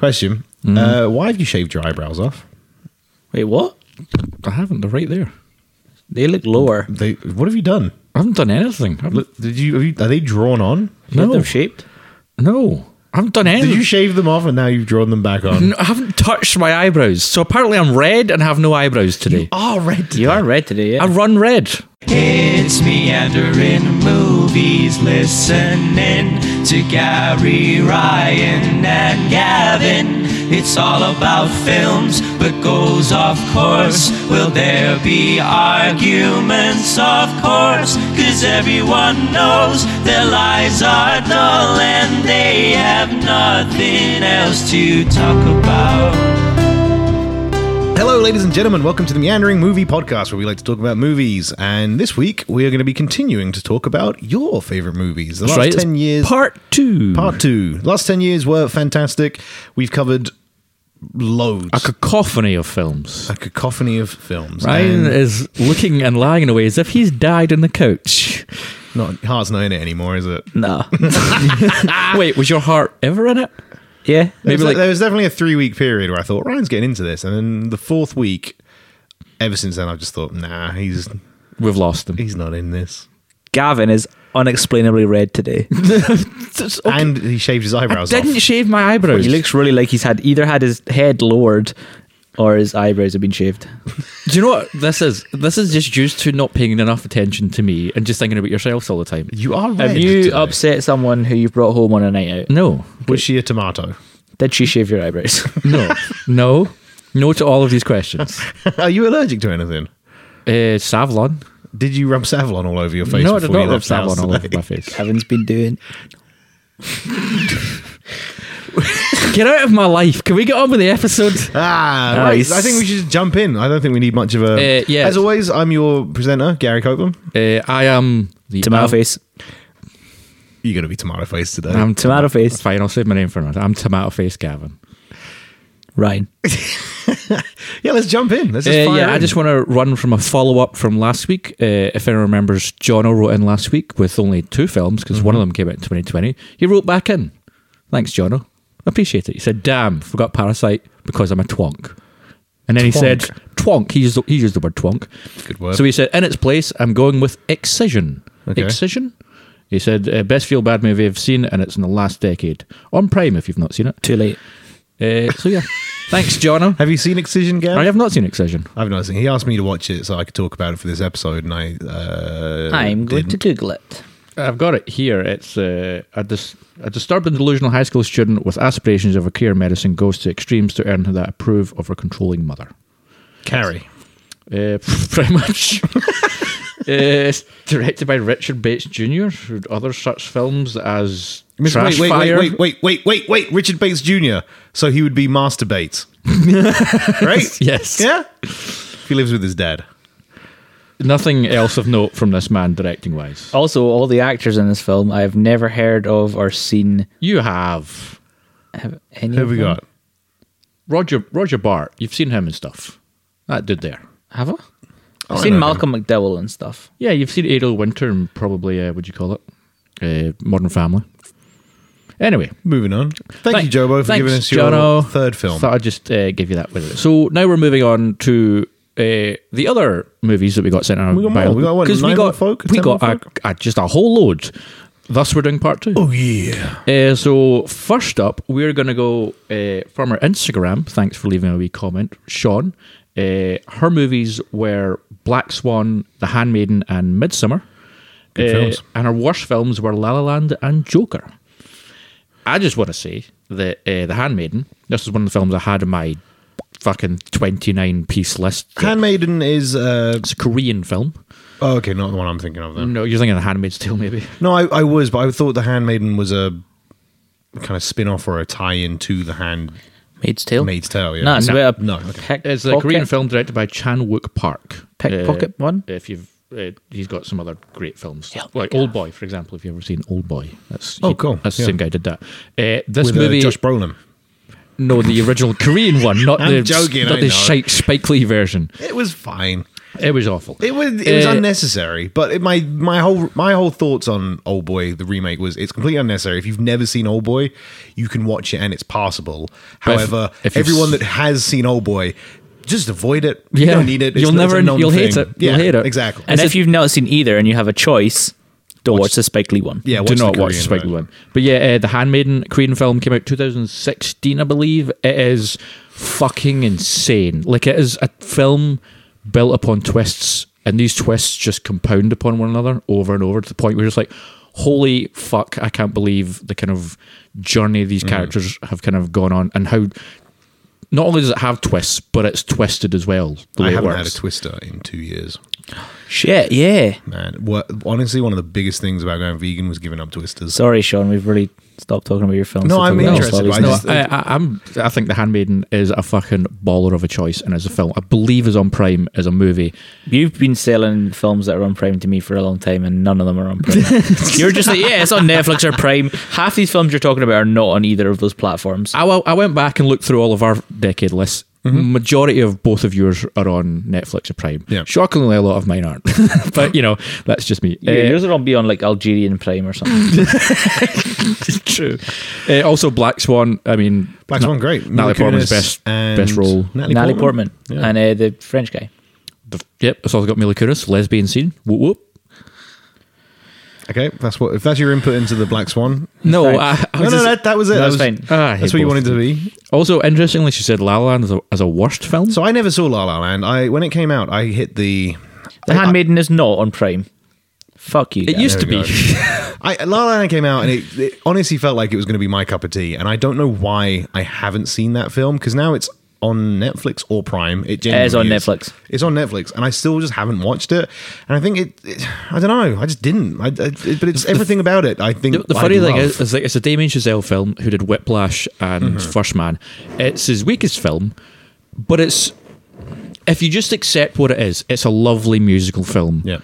Question: uh, Why have you shaved your eyebrows off? Wait, what? I haven't. They're right there. They look lower. They, what have you done? I haven't done anything. I haven't- Look, Did you, have you are they drawn on? No. No. They're shaped. no, I haven't done anything. Did you shave them off and now you've drawn them back on? No, I haven't touched my eyebrows. So apparently I'm red and have no eyebrows today. Oh, red. You are red today, yeah. I run red. It's meandering movies, listening to Gary Ryan and Gavin. It's all about films, but goes off course. Will there be arguments? Of course, cause everyone knows their lies are dull and they have nothing else to talk about. Hello, ladies and gentlemen. Welcome to the Meandering Movie Podcast, where we like to talk about movies. And this week, we are going to be continuing to talk about your favorite movies. The last right, it's ten years, Part two. part two. The last ten years were fantastic. We've covered loads, A cacophony of films. a cacophony of films. And Ryan is looking and lying in a way as if he's died in the couch. not heart's not in it anymore, is it? no. Wait, was your heart ever in it? yeah. Maybe Maybe like- there was definitely a three week period where I thought Ryan's getting into this, and then the fourth week. Ever since then, I've just thought, nah, he's We've lost him. he's not in this. Gavin is unexplainably red today. And he shaved his eyebrows. off. Didn't shave my eyebrows. He looks really like he's had either had his head lowered or his eyebrows have been shaved. Do you know what this is? This is just used to not paying enough attention to me and just thinking about yourselves all the time. You are red. Have you today. upset someone who you've brought home on a night out? No, Was she a tomato? Did she shave your eyebrows? no, no, no to all of these questions. Are you allergic to anything? Uh, Savlon. Did you rub Savlon all over your face? no, I did before not you rub left the house Savlon all over today? my face. Gavin's been doing. Get out of my life. Can we get on with the episode? Ah, Nice. right. I think we should jump in. I don't think we need much of a. Uh, yeah. As always, I'm your presenter, Gary Copeland. Uh, I am the Tomato I'm- face. You're going to be tomato face today. I'm Tomato face. Fine, I'll save my name for another. I'm Tomato Face Gavin. Ryan. yeah, let's jump in. Let's just Uh, fire yeah, I in. just want to run from a follow up from last week. Uh, if anyone remembers, Jono wrote in last week with only two films because one of them came out in 2020. He wrote back in. Thanks, Jono. Appreciate it. He said, "Damn, forgot Parasite because I'm a twonk." And then he said, "Twonk." He used the, he used the word twonk. Good word. So he said, "In its place, I'm going with Excision." Okay. Excision. He said, uh, "Best feel bad movie I've seen, and it's in the last decade on Prime. If you've not seen it, Too late. uh, so yeah, thanks, Jono. Have you seen Excision, Gary? I have not seen Excision. I've not seen. He asked me to watch it so I could talk about it for this episode, and I. Uh, I'm going didn't. to Google it. I've got it here. It's uh, a, dis- a disturbed and delusional high school student with aspirations of a career in medicine goes to extremes to earn that approve of her controlling mother. Carrie. Uh, pretty much. Uh, it's directed by Richard Bates Jr., who did other such films as Miss- Trash wait, wait, Fire. wait, wait, wait, wait, wait, wait. Richard Bates Jr. So he would be Master Bates, right? Yes. Yeah. He lives with his dad. Nothing else of note from this man directing wise. Also, all the actors in this film I have never heard of or seen. You have Have any Who have of we them? got? Roger Roger Bart. You've seen him and stuff. That dude there. Have I? I've I know seen him. Malcolm McDowell and stuff. Yeah, you've seen Ariel Winter and probably uh, what do you call it? Uh, Modern Family. Anyway, Moving on. Thank, Thank- you, Jobo, for thanks, giving us your Jono. third film. thought I'd just uh, give you that. With it. So now we're moving on to uh, the other movies that we got sent out. We got more. We got, what, we nine more got folk? we Ten got more a, a, just a whole load. Thus, we're doing part two. Oh yeah. Uh, so first up, we're going to go uh, from our Instagram. Thanks for leaving a wee comment, Sean. Uh, her movies were Black Swan, The Handmaiden, and Midsummer. Eh, Good films. And her worst films were La La Land and Joker. I just want to say that uh, The Handmaiden. This is one of the films I had in my fucking twenty-nine piece list. Handmaiden is. Uh, It's a Korean film. oh, okay, not the one I'm thinking of. Then No, you're thinking of The Handmaid's Tale, maybe. no, I, I was, but I thought the Handmaiden was a kind of spin-off or a tie-in to the Hand Maid's Tale. Maid's Tale. Yeah. No, it's about a no. okay. pick- It's a Korean film directed by Chan Wook Park. Uh, Pickpocket one? If you've, uh, he's got some other great films, Help me, like Old Boy, for example. If you've ever seen Old Boy, that's Oh, cool. That's Yeah. the same guy did that. Uh, this With uh, movie, Josh Brolin. no, the original Korean one, not I'm the joking, not I know. the shite Spike Lee version. It was fine. It was awful. It was it was Uh, unnecessary, but it, my my whole my whole thoughts on Old Boy the remake was it's completely unnecessary. If you've never seen Old Boy, you can watch it and it's passable. But if- However, if you've everyone s- that has seen Old Boy, just avoid it. You Yeah. don't need it. It's You'll not- it's never- a non you'll hate thing. it. You'll Yeah, hate it. exactly. And if you've not seen either and you have a choice, don't watch the Spike Lee one. yeah, do the not Korean watch the Spike Lee version. one. But yeah, uh, the Handmaiden Korean film came out 2016, I believe. It is fucking insane. Like it is a film built upon twists, and these twists just compound upon one another over and over to the point where it's like, holy fuck, I can't believe the kind of journey these Mm-hmm. characters have kind of gone on, and how. Not only does it have twists, but it's twisted as well. The way I it haven't works. had a twister in two years. Shit, yeah. Man, what, honestly, one of the biggest things about going vegan was giving up twisters. Sorry, Sean, we've really stopped talking about your films. No, to talk I'm about interested, Spike Lee's but I now. No, just- I, I, I'm. I think The Handmaiden is a fucking baller of a choice, and as a film, I believe is on Prime as a movie. You've been selling films that are on Prime to me for a long time, and none of them are on Prime. you're just like, yeah, it's on Netflix or Prime. Half these films you're talking about are not on either of those platforms. I, w- I went back and looked through all of our decade lists. Majority of both of yours are on Netflix or Prime. Mm-hmm. Yeah. Shockingly, a lot of mine aren't. but you know, that's just me. Yeah, Uh, yours would all be on like Algerian Prime or something. Uh, true. Uh, also, Black Swan. I mean, Black Na- Swan, great. Natalie Mila Portman's Kunis best and best role. Natalie, Natalie Portman, Yeah. and uh, the French guy. The- yep, it's also got Mila Kunis, lesbian scene. Whoop whoop. Okay, that's what. If that's your input into the Black Swan, No, Right. I, I no, was no, just- that, that was it. No, that it's was, fine. Ah, I hate that's what you both. wanted to be. Also, interestingly, she said La La Land as a, as a worst film. So I never saw La La Land. I when it came out, I hit the. The Handmaiden is not on Prime. Fuck you. it guys. used to There be. we I La La Land came out, and it, it honestly felt like it was going to be my cup of tea. And I don't know why I haven't seen that film because now it's on Netflix or Prime. It, is on genuinely Netflix. It's on Netflix, and I still just haven't watched it. And I think it. it I don't know. I just didn't. I, I, it- but it's everything about it. I think The, the I funny thing love. is, is like it's a Damien Chazelle film who did Whiplash and Mm-hmm. First Man. It's his weakest film, but it's if you just accept what it is, it's a lovely musical film. yeah.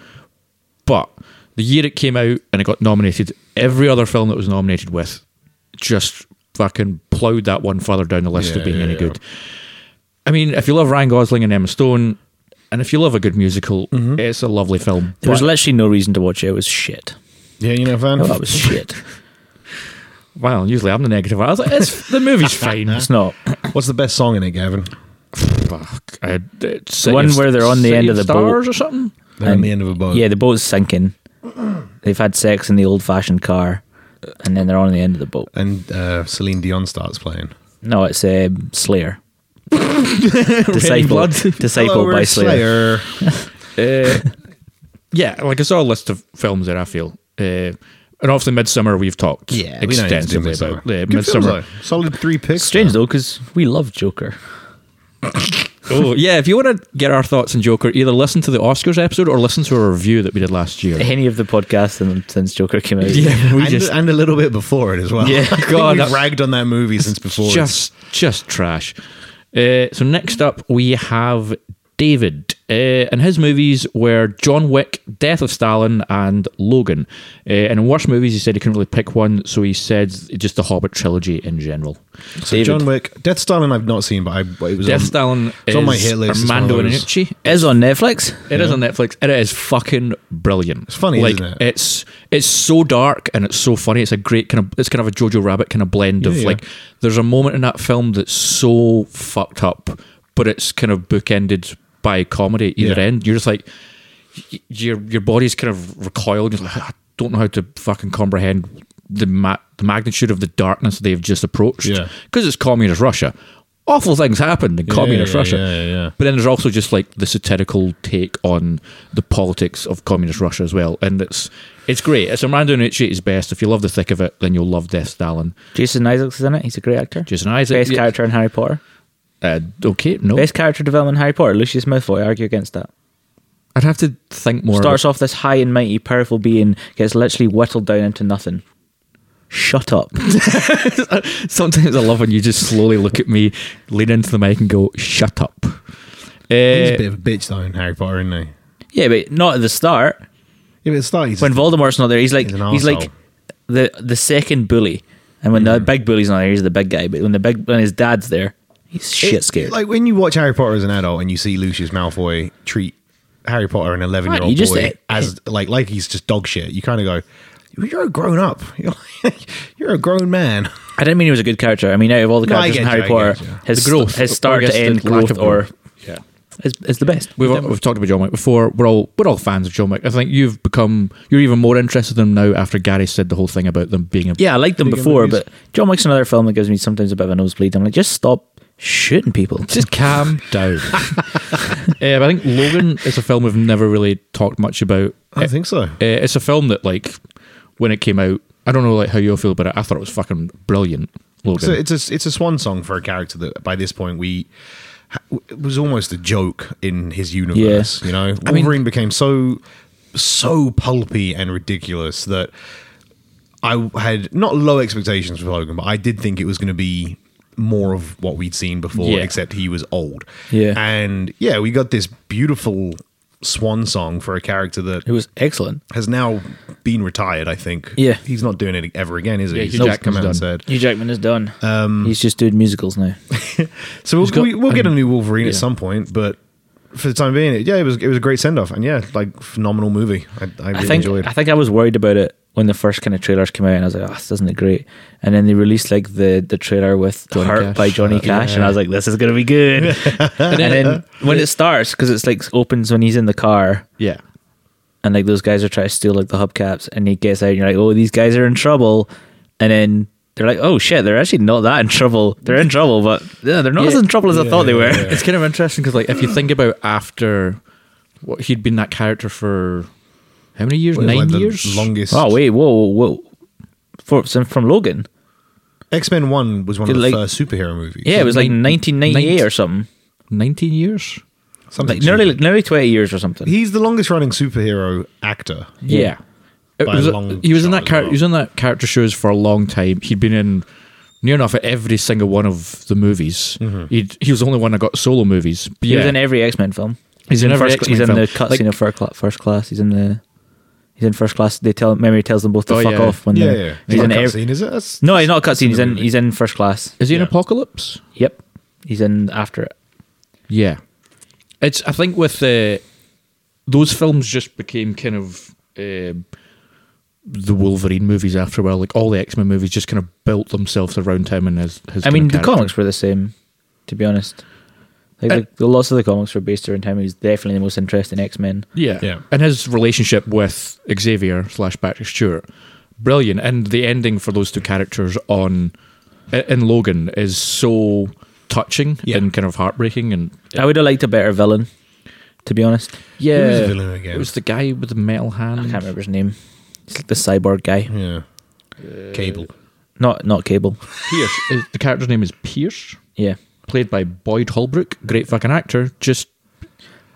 But the year it came out and it got nominated, every other film that was nominated with just fucking plowed that one further down the list Yeah, of being yeah, any yeah. good. I mean, if you love Ryan Gosling and Emma Stone, and if you love a good musical, Mm-hmm. it's a lovely film. There was But- literally no reason to watch it. It was shit. Yeah, you know, fan. Oh, that was shit. well, usually I'm the negative. I was like, it's, the movie's fine. It's not. What's the best song in it, Gavin? Fuck. I, uh, it's one where they're on the end of the boat. stars or something. They're on the end of a boat. Yeah, the boat's sinking. They've had sex in the old fashioned car, and then they're on the end of the boat. and uh, Celine Dion starts playing. No, it's um, Slayer. Disciple, Blood. disciple Hello, Oh, we're by Slayer. Yeah, like I saw a list of films that I feel, uh, and obviously Midsummer we've talked Yeah, we know you did extensively Midsummer. about. Yeah, Good film, Midsummer. though. solid three picks. Strange though, because we love Joker. Oh yeah, if you want to get our thoughts on Joker, either listen to the Oscars episode or listen to a review that we did last year. Any of the podcasts and- since Joker came out. yeah, we and, just and a little bit before it as well. Yeah. I think God, we've that- ragged on that movie since before. just just trash. Uh, so next up we have David, uh, and his movies were John Wick, Death of Stalin, and Logan. Uh, and in worst movies, he said he couldn't really pick one, so he said just the Hobbit trilogy in general. It's- so John Wick, Death Stalin, I've not seen, but I, it was Death on, Stalin it's is on my hit list. It's one of Armando those- Iannucci. Is on Netflix. It is on Netflix, and it is fucking brilliant. It's funny, like, isn't it? It's it's so dark and it's so funny. It's a great kind of it's kind of a Jojo Rabbit kind of blend of Yeah, yeah. like. There's a moment in that film that's so fucked up, but it's kind of bookended by comedy at either Yeah. end. You're just like y- your your body's kind of recoiled. You're like, I don't know how to fucking comprehend the ma- the magnitude of the darkness they've just approached. Yeah. because it's communist Russia. Awful things happened in communist yeah, Russia. yeah, yeah. But then there's also just like the satirical take on the politics of communist Russia as well, and it's it's great. It's Armando Iannucci at his best. If you love the thick of it, then you'll love Death Stalin. Jason Isaacs is in it. He's a great actor. Jason Isaacs, Best yeah. character in Harry Potter. Uh, okay, no, Best character development in Harry Potter. Lucius Malfoy. Argue against that. I'd have to think more. Starts about- off this high and mighty, powerful being, gets literally whittled down into nothing. Shut up. Sometimes I love when you just slowly look at me, lean into the mic, and go, "Shut up." He's a Uh, bit of a bitch though in Harry Potter, isn't he? yeah, but not at the start. Yeah, but it starts When Voldemort's not there, he's like He's he's, an arsehole. like the the second bully. And when the big bully's not there, he's the big guy. But when the big when his dad's there, he's shit It- scared. Like when you watch Harry Potter as an adult and you see Lucius Malfoy treat Harry Potter an eleven year Right, old you just- boy as like like he's just dog shit. You kind of go, you're a grown up. You're, you're a grown man. I didn't mean he was a good character. I mean, out of all the No, I characters in get you, Harry I Potter, get you. his The growth, his or I start guess to the end lack growth, of or growth. Yeah. is, is the best. We've, we've talked about John Wick before. We're all we're all fans of John Wick. I think you've become you're even more interested in them now after Gary said the whole thing about them being a yeah, I liked them Big before, movies. but John Wick's another film that gives me sometimes a bit of a nosebleed. I'm like, just stop shooting people. Just calm down. yeah, but I think Logan is a film we've never really talked much about. I don't think so. Uh, it's a film that, like, when it came out, I don't know like how you all feel about it. I thought it was fucking brilliant. Logan. So it's a it's a swan song for a character that by this point we it was almost a joke in his universe. You know, Wolverine became so so pulpy and ridiculous that I had not low expectations for Logan, but I did think it was going to be more of what we'd seen before, Yeah. except he was old. Yeah. and yeah, we got this beautiful swan song for a character that It was excellent. has now been retired. I think. Yeah. he's not doing it ever again, is he? Yeah, He's Hugh just Jackman's and done. said. Hugh Jackman is done. He's just doing musicals now. So we'll, got- we, we'll get a um, new Wolverine at yeah. some point, but for the time being, it, yeah, it was it was a great send off, and yeah, like phenomenal movie. I, I really I think enjoyed. I think I was worried about it when the first kind of trailers came out, and I was like, "Oh, this isn't it great?" And then they released like the the trailer with Johnny "Hurt" Cash. by Johnny Cash, and I was like, "This is gonna be good." and then when it starts, because it's like opens when he's in the car, yeah. and like those guys are trying to steal like the hubcaps, and he gets out, and you're like, "Oh, these guys are in trouble," and then. They're like, oh shit! They're actually not that in trouble. They're in trouble, but yeah, they're not Yeah. as in trouble as I thought they were. It's kind of interesting because, like, if you think about after what he'd been that character for how many years? It was Nine like the years. longest. Oh wait, whoa, whoa, whoa! For, from Logan, X Men One was one of Did, the like- first superhero movies. yeah, it was like Nin- 1998 ninety- or something. Nineteen years. something like nearly stupid. like, nearly twenty years or something. He's the longest running superhero actor. Yeah. It By a was a- long he was in shot that as char- well. he was in that character shows for a long time. He'd been in near enough every single one of the movies. Mm-hmm. He'd, he was the only one that got solo movies. But He yeah, was in every X Men film. He's in every first, X-Men He's in film. the cutscene Like- of first class, first class. He's in the. He's in first class. They tell memory tells them both to Oh, fuck yeah. off when Yeah, they're. yeah. He's He's in not every. cutscene, is it? That's, No, he's not a cutscene. He's in. movie. He's in first class. is he in yeah. Apocalypse? Yep. He's in after it. Yeah, it's. I think with uh, those films just became kind of um the Wolverine movies after a while. Like all the X Men movies just kind of built themselves around him and his. his I kind mean, of the character. comics were the same, to be honest. Like, Uh, like, the lots of the comics were based around him. He was definitely the most interesting X Men. Yeah. Yeah. And his relationship with Xavier slash Patrick Stewart, brilliant. And the ending for those two characters on in Logan is so touching Yeah. and kind of heartbreaking. And I would have liked a better villain, to be honest. yeah, was the villain again? It was the guy with the metal hand. I can't remember his name. He's like the cyborg guy. Yeah. Cable. Not not Cable. Pierce. Is- the character's name is Pierce, Yeah. played by Boyd Holbrook. Great fucking actor. Just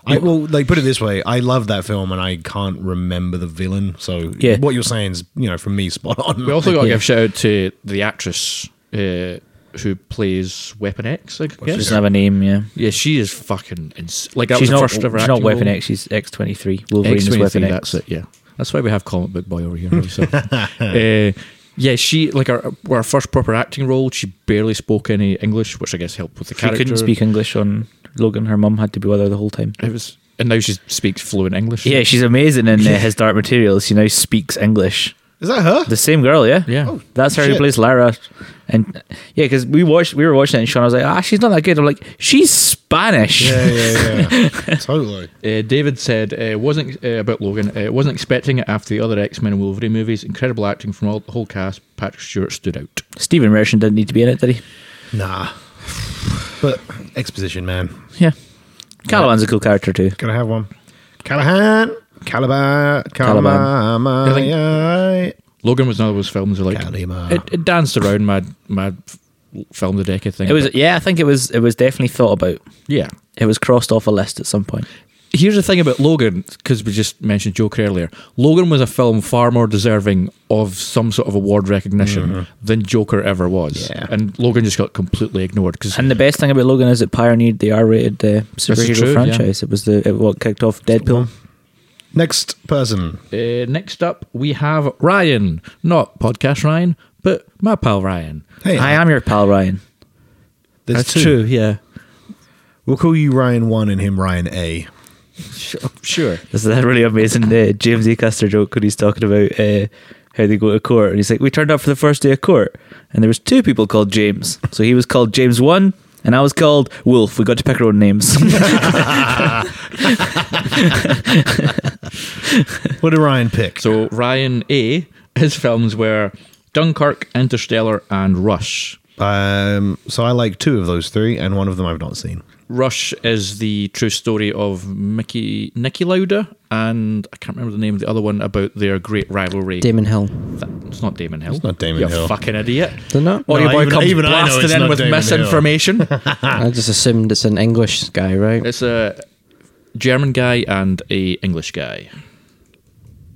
I, well, like put it this way, I love that film, and I can't remember the villain. So Yeah. what you're saying is, you know, from me, spot on. we also got to Yeah. give shout out to the actress uh, who plays Weapon X. I She guess. doesn't have a name. Yeah. Yeah, she is fucking ins- like that she's was not, the first ever she's not acting Weapon role. X, she's X23. Wolverine is X-23, Weapon X. That's it. Yeah, that's why we have comic book boy over here. also. Uh, yeah, she like our our first proper acting role. She barely spoke any English, which I guess helped with the She character. couldn't speak English on Logan. Her mum had to be with her the whole time. It was, and now she speaks fluent English. Yeah, she's amazing in uh, His Dark Materials. She now speaks English. is that her? The same girl, yeah? Yeah. Oh, That's her shit. who plays Lara. And yeah, because we watched, we were watching it and Sean was like, ah, she's not that good. I'm like, she's Spanish. yeah, yeah, yeah. totally. Uh, David said uh, wasn't uh, about Logan. Uh, wasn't expecting it after the other X Men and Wolverine movies. Incredible acting from all the whole cast. Patrick Stewart stood out. Stephen Merchant didn't need to be in it, did he? Nah. But exposition, man. Yeah. Caliban's a cool character too. Can I have one? Callahan, Caliban, Calamai, I Logan was another of those films. Where, like Kalima. it, it danced around my my f- film of the decade thing. It was, but yeah, I think it was, it was definitely thought about. yeah. It was crossed off a list at some point. here's the thing about Logan, because we just mentioned Joker earlier. Logan was a film far more deserving of some sort of award recognition than Joker ever was, Yeah. and Logan just got completely ignored because And the best thing about Logan is it pioneered the R-rated uh, superhero true, yeah. franchise. It was the it, what kicked off Deadpool. Next person. Uh, next up, we have Ryan, not podcast Ryan, but my pal Ryan. Hey, I am your pal Ryan. There's two. yeah. We'll call you Ryan One and him Ryan A. sure. There's that really amazing uh, James E. Custer joke when he's talking about uh, how they go to court, and he's like, "We turned up for the first day of court, and there was two people called James. So he was called James One, and I was called Wolf. We got to pick our own names. What did Ryan pick? So Ryan A. His films were Dunkirk, Interstellar, and Rush. Um, so I like two of those three, and one of them I've not seen. Rush is the true story of Mickey Nicky Lauda and I can't remember the name of the other one about their great rivalry. Damon Hill. That- it's not Damon Hill. It's not Damon you Hill. fucking idiot. They're not? Audio No, boy even- comes even I know blasted it's in not with Damon Hill. misinformation. I just assumed it's an English guy, right? it's a German guy and a English guy.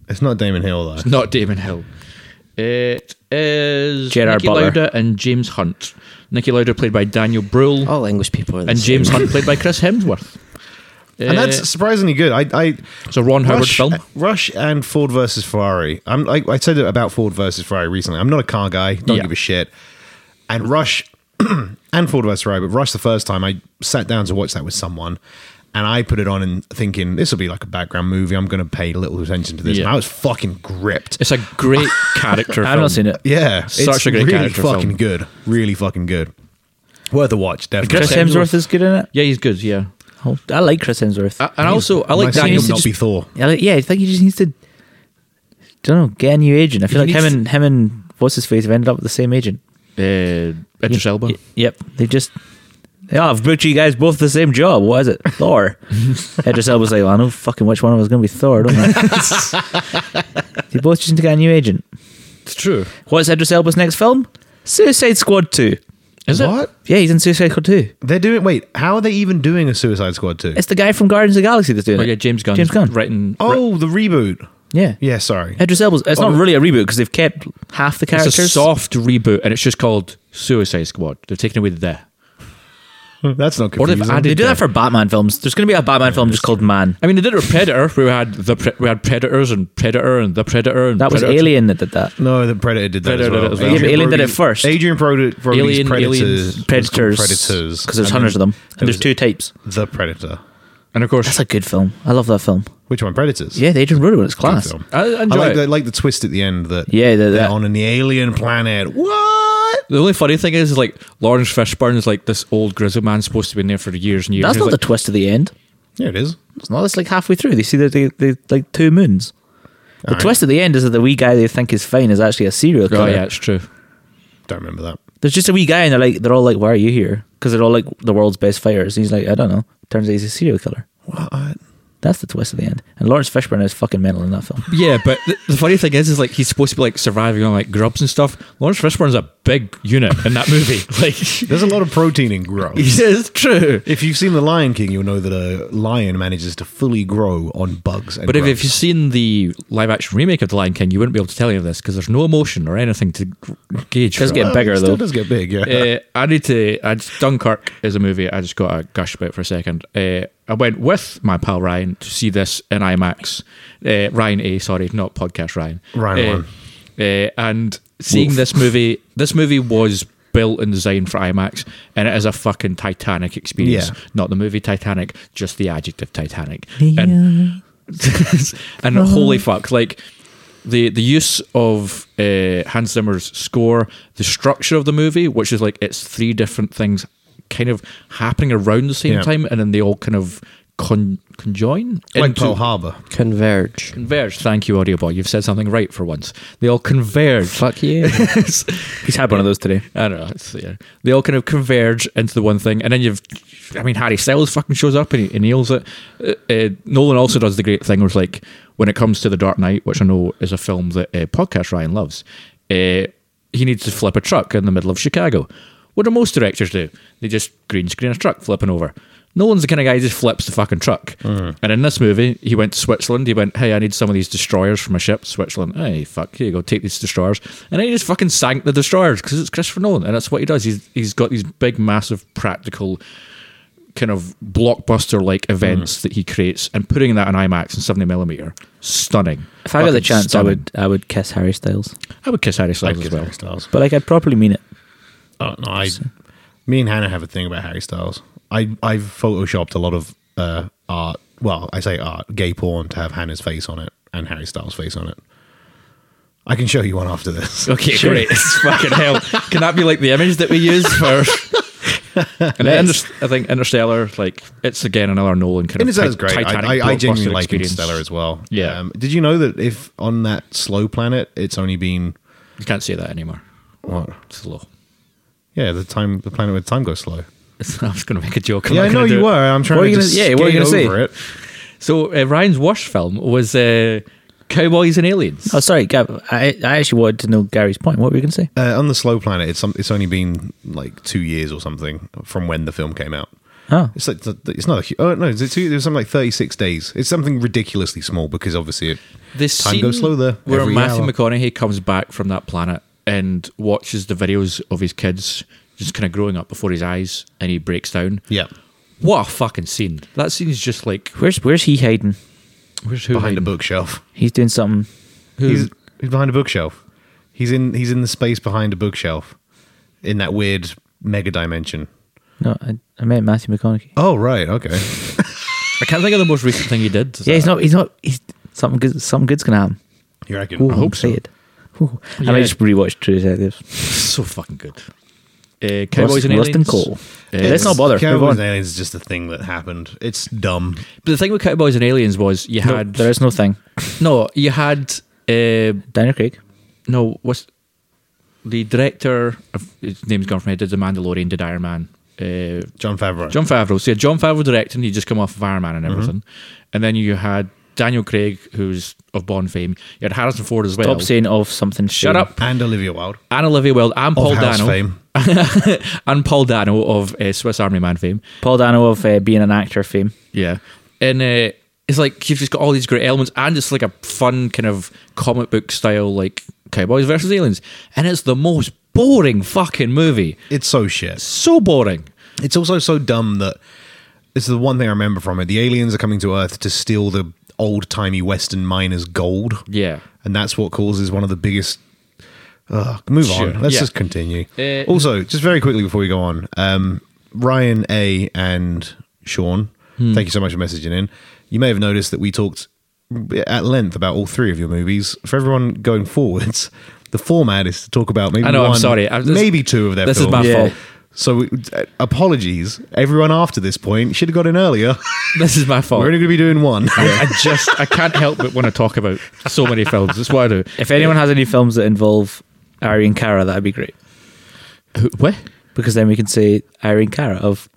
It's not Damon Hill though. Not Damon Hill. It is Gerard Nicky Butler. Lauda and James Hunt. Nicky Lauda played by Daniel Brühl Oh. All English people are the and same. James Hunt played by Chris Hemsworth. and that's surprisingly good. I, I It's a Ron Howard film. Rush and Ford versus Ferrari. I'm like I said about Ford versus Ferrari recently. I'm not a car guy. Don't Yeah. give a shit. And Rush and Ford versus Ferrari, but Rush the first time I sat down to watch that with someone. And I put it on and thinking this will be like a background movie. I'm going to pay little attention to this. Yeah. And I was fucking gripped. It's a great character film. I've not seen it. Yeah, Such it's a great really character fucking film. good. Really fucking good. Worth a watch, definitely. Chris Chris Hemsworth. Hemsworth is good in it. Yeah, he's good. Yeah, Oh, I like Chris Hemsworth. A- and also I like Nice seeing Daniel. him not be Thor. I like- yeah, I think he just needs to. Don't know, get a new agent. I feel He like him needs and him and what's his face have ended up with the same agent. Uh, Idris Elba. Y- yep, they've just. Yeah, I've booked you guys both the same job. What is it? Thor. Idris Elba's like, well, I know fucking which one of us is going to be Thor, don't I? they both just need to get a new agent. It's true. What's Idris Elba's next film? Suicide Squad 2. Is it? What? Yeah, he's in Suicide Squad 2. They're doing. Wait, how are they even doing a Suicide Squad two? It's the guy from Guardians of the Galaxy that's doing Oh it. yeah, James Gunn. James Gunn. Written. Oh, the reboot. Yeah. Yeah, sorry. Idris Elba's. It's Oh. not really a reboot because they've kept half the It's characters. a soft reboot, and it's just called Suicide Squad. They've taken away the. That's not Or they've confusing. added- They do that for Batman films. There's going to be a Batman film just called Man. I mean, they did it with Predator. where We had the pre- we had Predators and Predator and the Predator and That was Predator. Alien that did that. no, the Predator did that Predator as well. did it as well. Yeah, but Alien did it Brody's- first. Adrian Brody, Brody's Alien- Predators. Aliens- was called Predators. Predators. Because there's And hundreds of then them. there And there's was two types. The Predator. And of course, That's a good film. I love that film. Which one? Predators. Yeah, the Adrian Brody one. It's class. Film. I- I enjoy like, it. The, like the twist at the end that Yeah, the- they're, that- on an alien planet. What? the only funny thing is, is like Lawrence Fishburne is like this old grizzled man supposed to be in there for years and years. That's He's not the like, twist at the end. Yeah, it is. It's not. It's like halfway through. They see that they, they like two moons. The Alright. twist at the end is that the wee guy they think is fine is actually a serial killer. Oh yeah, it's true. Don't remember that. There's just a wee guy, and they're like, they're all like, "Why are you here?" Because they're all like the world's best fighters. And he's like, "I don't know." Turns out he's a serial killer. What? That's the twist at the end. And Lawrence Fishburne is fucking mental in that film. Yeah, but the, the funny thing is, is like he's supposed to be like surviving on like grubs and stuff. Lawrence Fishburne's a big unit in that movie. Like, There's a lot of protein in growth. it's true. if you've seen The Lion King, you'll know that a lion manages to fully grow on bugs. And But if, if grubs. you've seen the live action remake of The Lion King, you wouldn't be able to tell any of this because there's no emotion or anything to gauge. Does from get it. Well, bigger, it though. still does get big. Yeah. Uh, I need to. I just, Dunkirk is a movie I just got a gush about for a second. Uh, I went with my pal Ryan to see this in IMAX. Uh, Ryan A, sorry, not podcast Ryan. Ryan Uh, one. uh, and seeing this movie, this movie was built and designed for IMAX, and it is a fucking Titanic experience. Yeah. Not the movie Titanic, just the adjective Titanic. And, and holy fuck, like the the use of uh, Hans Zimmer's score, the structure of the movie, which is like it's three different things kind of happening around the same Yeah. time, and then they all kind of con- conjoin like into- Pearl Harbor. Converge. Converge. Thank you, audio boy. You've said something right for once. They all converge. Fuck you. He's had one of those today. I don't know. It's, yeah. They all kind of converge into the one thing, and then you've, I mean, Harry Styles fucking shows up and he, he nails it. Uh, uh, Nolan also does the great thing where it's like, when it comes to the Dark Knight, which I know is a film that uh, podcast Ryan loves, uh, he needs to flip a truck in the middle of Chicago. What do most directors do? They just green screen a truck flipping over. Nolan's the kind of guy who just flips the fucking truck. And in this movie, he went to Switzerland. He went, "Hey, I need some of these destroyers for my ship." Switzerland. Hey, fuck, here you go, take these destroyers. And then he just fucking sank the destroyers because it's Christopher Nolan, and that's what he does. He's he's got these big, massive, practical kind of blockbuster like events that he creates, and putting that in IMAX and seventy millimeter, stunning. If I got the Fucking chance, I stunning. would, I would kiss Harry Styles. I would kiss Harry Styles Like as well. Harry Styles. But like, I'd properly mean it. Oh no, I. Me and Hannah have a thing about Harry Styles. I I've photoshopped a lot of uh, art well, I say art, gay porn to have Hannah's face on it and Harry Styles' face on it. I can show you one after this. Okay, great. Fucking hell. Can that be like the image that we use for? And I, under- I think Interstellar, like it's again another Nolan And kind of it's tit- is great. I, Titanic I, I blockbuster genuinely like experience. Interstellar as well. Um, Yeah. did you know that if on that slow planet, it's only been You can't say that anymore. what? Slow. Yeah, the time the planet where time goes slow. I was going to make a joke. I'm yeah, not I know gonna do you it. were. I'm trying What to were you just gonna- yeah, skate what were you gonna over say? it. So uh, Ryan's worst film was uh, Cowboys and Aliens. Oh, sorry, Gab. I, I actually wanted to know Gary's point. What were you going to say? Uh, on the slow planet, it's some, it's only been like two years or something from when the film came out. Oh. It's like it's not a hu- oh no, it's two, there's something like 36 days. It's something ridiculously small because obviously it this time scene goes slow there. where every Matthew hour. McConaughey comes back from that planet and watches the videos of his kids just kind of growing up before his eyes, and he breaks down. yeah, What a fucking scene! That scene is just like Where's Where's he hiding? where's who behind a hiding? bookshelf. He's doing something. He's, he's behind a bookshelf. He's in he's in the space behind a bookshelf in that weird mega dimension. No, I, I meant Matthew McConaughey. Oh right, okay. I can't think of the most recent thing he did. Is yeah, he's that- not. He's not. He's something good. Something good's gonna happen. You reckon? Ooh, I I hope hope so. excited. Ooh. I Yeah. might just rewatch True Detectives. so fucking good. Uh, Rust, Cowboys and Rust Aliens. and Cole. Uh, Let's not bother. Move Cowboys on. and aliens is just a thing that happened. It's dumb. But the thing with Cowboys and Aliens was you No, had there is no thing. no, you had uh, Daniel Craig. no. What's the director? Of, his name's gone from me. Did the Mandalorian? Did Iron Man? Uh, John Favreau. John Favreau. So you had John Favreau directing. He just come off of Iron Man and Mm-hmm. everything, and then you had Daniel Craig, who's of Bond fame. You had Harrison Ford as well. Stop saying of something. Shut soon. up. and Olivia Wilde And Olivia Wilde and of Paul House Dano fame. and Paul Dano of uh, Swiss Army Man fame. Paul Dano of uh, being an actor fame. Yeah, and uh, it's like you've just got all these great elements, and it's like a fun kind of comic book style, like cowboys versus aliens, and it's the most boring fucking movie. It's so shit. So boring. It's also so dumb that it's the one thing I remember from it. The aliens are coming to Earth to steal the old timey Western miners' gold. Yeah. And that's what causes one of the biggest. Ugh, move Sure, on. Let's yeah. just continue. Uh, also, just very quickly before we go on, um, Ryan A and Sean, Hmm. thank you so much for messaging in. You may have noticed that we talked at length about all three of your movies. For everyone going forwards, the format is to talk about maybe I know, I'm one, sorry. I- this- maybe two of their this is my films. Yeah. fault. So we, uh, apologies, everyone. After this point, should have got in earlier. This is my fault. We're only going to be doing one. I just I can't help but want to talk about so many films. That's why I do. If anyone has any films that involve Irene Cara, that'd be great. what? Because then we can say Irene Cara of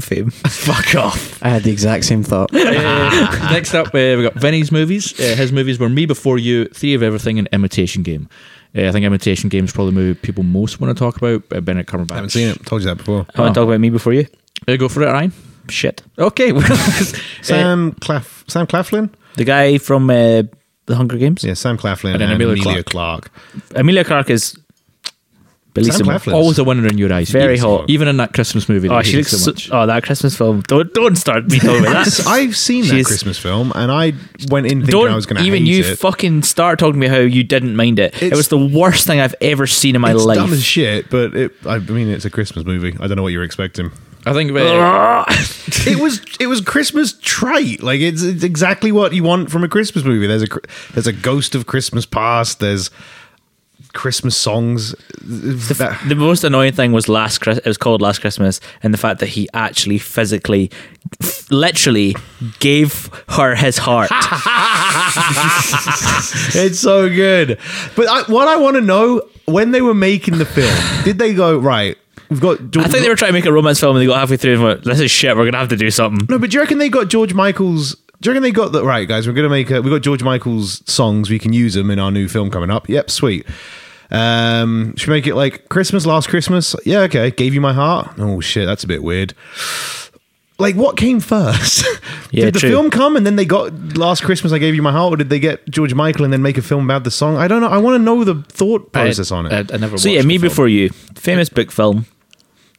Fame. Fuck off. I had the exact same thought. next up, uh, we got Vinny's movies. Uh, his movies were Me Before You, Theory of Everything, and Imitation Game. Uh, I think Imitation Game is probably the movie people most want to talk about. Uh, Bennett Cumberbatch. I haven't seen it. Told you that before. I want to talk about me before you. Uh, go for it, Ryan. Shit. Okay. well, Eh. uh, Sam Claf- Sam Claflin. The guy from uh, The Hunger Games. Yeah, Sam Claflin and, And then Amelia, Amelia Clark. Amelia Clark is. Sam Bellissimo. Claflin. always a winner in your eyes. Very Even- hot. Even in that Christmas movie. that Oh, you she hate looks. so So much. oh, that Christmas film. Don't don't start me talking about that. I've seen that She's- Christmas film, and I went in thinking Don't I was going to even hate you it. fucking start talking about how you didn't mind it. it It's- was the worst thing I've ever seen in my it's life. dumb as shit, but it, I mean, it's a Christmas movie. I don't know what you're expecting. I think uh, it was it was Christmas trite. Like it's, it's exactly what you want from a Christmas movie. There's a cr- there's a ghost of Christmas past. There's Christmas songs. That- the most annoying thing was last Chris- it was called last christmas and the fact that he actually physically f- literally gave her his heart it's so good. But I, what I want to know when they were making the film, did they go right? We've got. i think they were trying to make a romance film and they got halfway through and went this is shit we're gonna have to do something No, but do you reckon they got George Michael's? Do you reckon they got that right, guys? We're gonna make a, we got George Michael's songs. We can use them in our new film coming up. Yep, sweet. Um, should we make it like Christmas, last Christmas? Yeah, okay. Gave you my heart. Oh shit, that's a bit weird. Like, what came first? Yeah, did the true. film come and then they got Last Christmas? I gave you my heart, or did they get George Michael and then make a film about the song? I don't know. I want to know the thought process on it. I, I never so watched yeah me the film. before you famous book film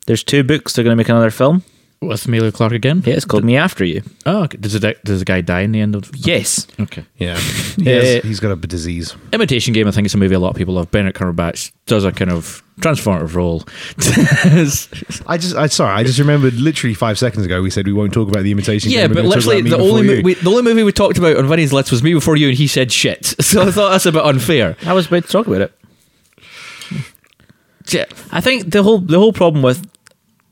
there's two books they're gonna make another film with Amelia Clark again? Yeah, it's called Me After You. Oh, okay. does the does the guy die in the end of? Yes. Okay. Yeah, he has, Uh, he's got a b- disease. Imitation Game, I think it's a movie a lot of people love. Benedict Cumberbatch does a kind of transformative role. I just, I sorry, I just remembered literally five seconds ago we said we won't talk about the imitation. yeah, Game, we're but gonna talk literally about Me the Before only You. mo- we, the only movie we talked about on Vinny's list was Me Before You, and he said shit. So I thought that's a bit unfair. I was about to talk about it. Yeah. I think the whole the whole problem with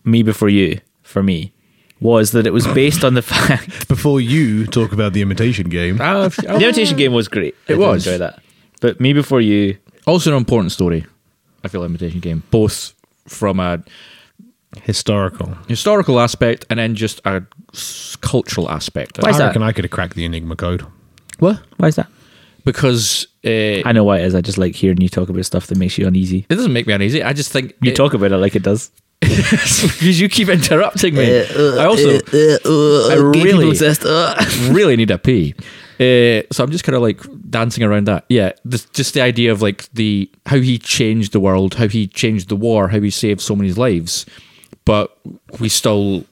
Me Before You for me was that it was based on the fact before you talk about the imitation game. Uh, the imitation game was great. I It did was. enjoy that, but Me Before You, also an important story. I feel Imitation Game, both from a Historical. historical aspect and then just a s- cultural aspect. Why is I that? reckon I could have cracked the Enigma code. What? why is that? Because uh, I know why it is. I just like hearing you talk about stuff that makes you uneasy. it doesn't make me uneasy. I just think You it- talk about it like it does. because you keep interrupting me. I also I really- really need a pee. Uh, so I'm just kind of like dancing around that. Yeah, this, just the idea of like the how he changed the world, how he changed the war, how he saved so many lives, but we still,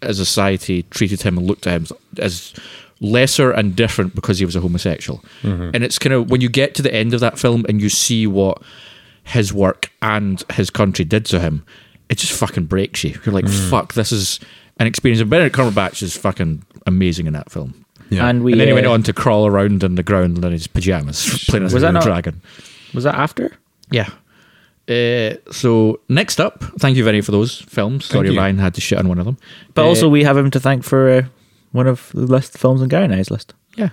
as a society, treated him and looked at him as lesser and different because he was a homosexual. And it's kind of when you get to the end of that film and you see what his work and his country did to him, it just fucking breaks you. You're like, Mm. fuck, this is an experience. And Benedict Cumberbatch is fucking amazing in that film. Yeah. And we and then he went uh, on to crawl around in the ground in his pajamas, playing as a Was that little not- dragon. Was that after? Yeah. Uh, so next up, thank you Vinny for those films. Sorry, you. Ryan had to shit on one of them, But Uh, also, we have him to thank for uh, one of the list films on Gary and I's list. yeah,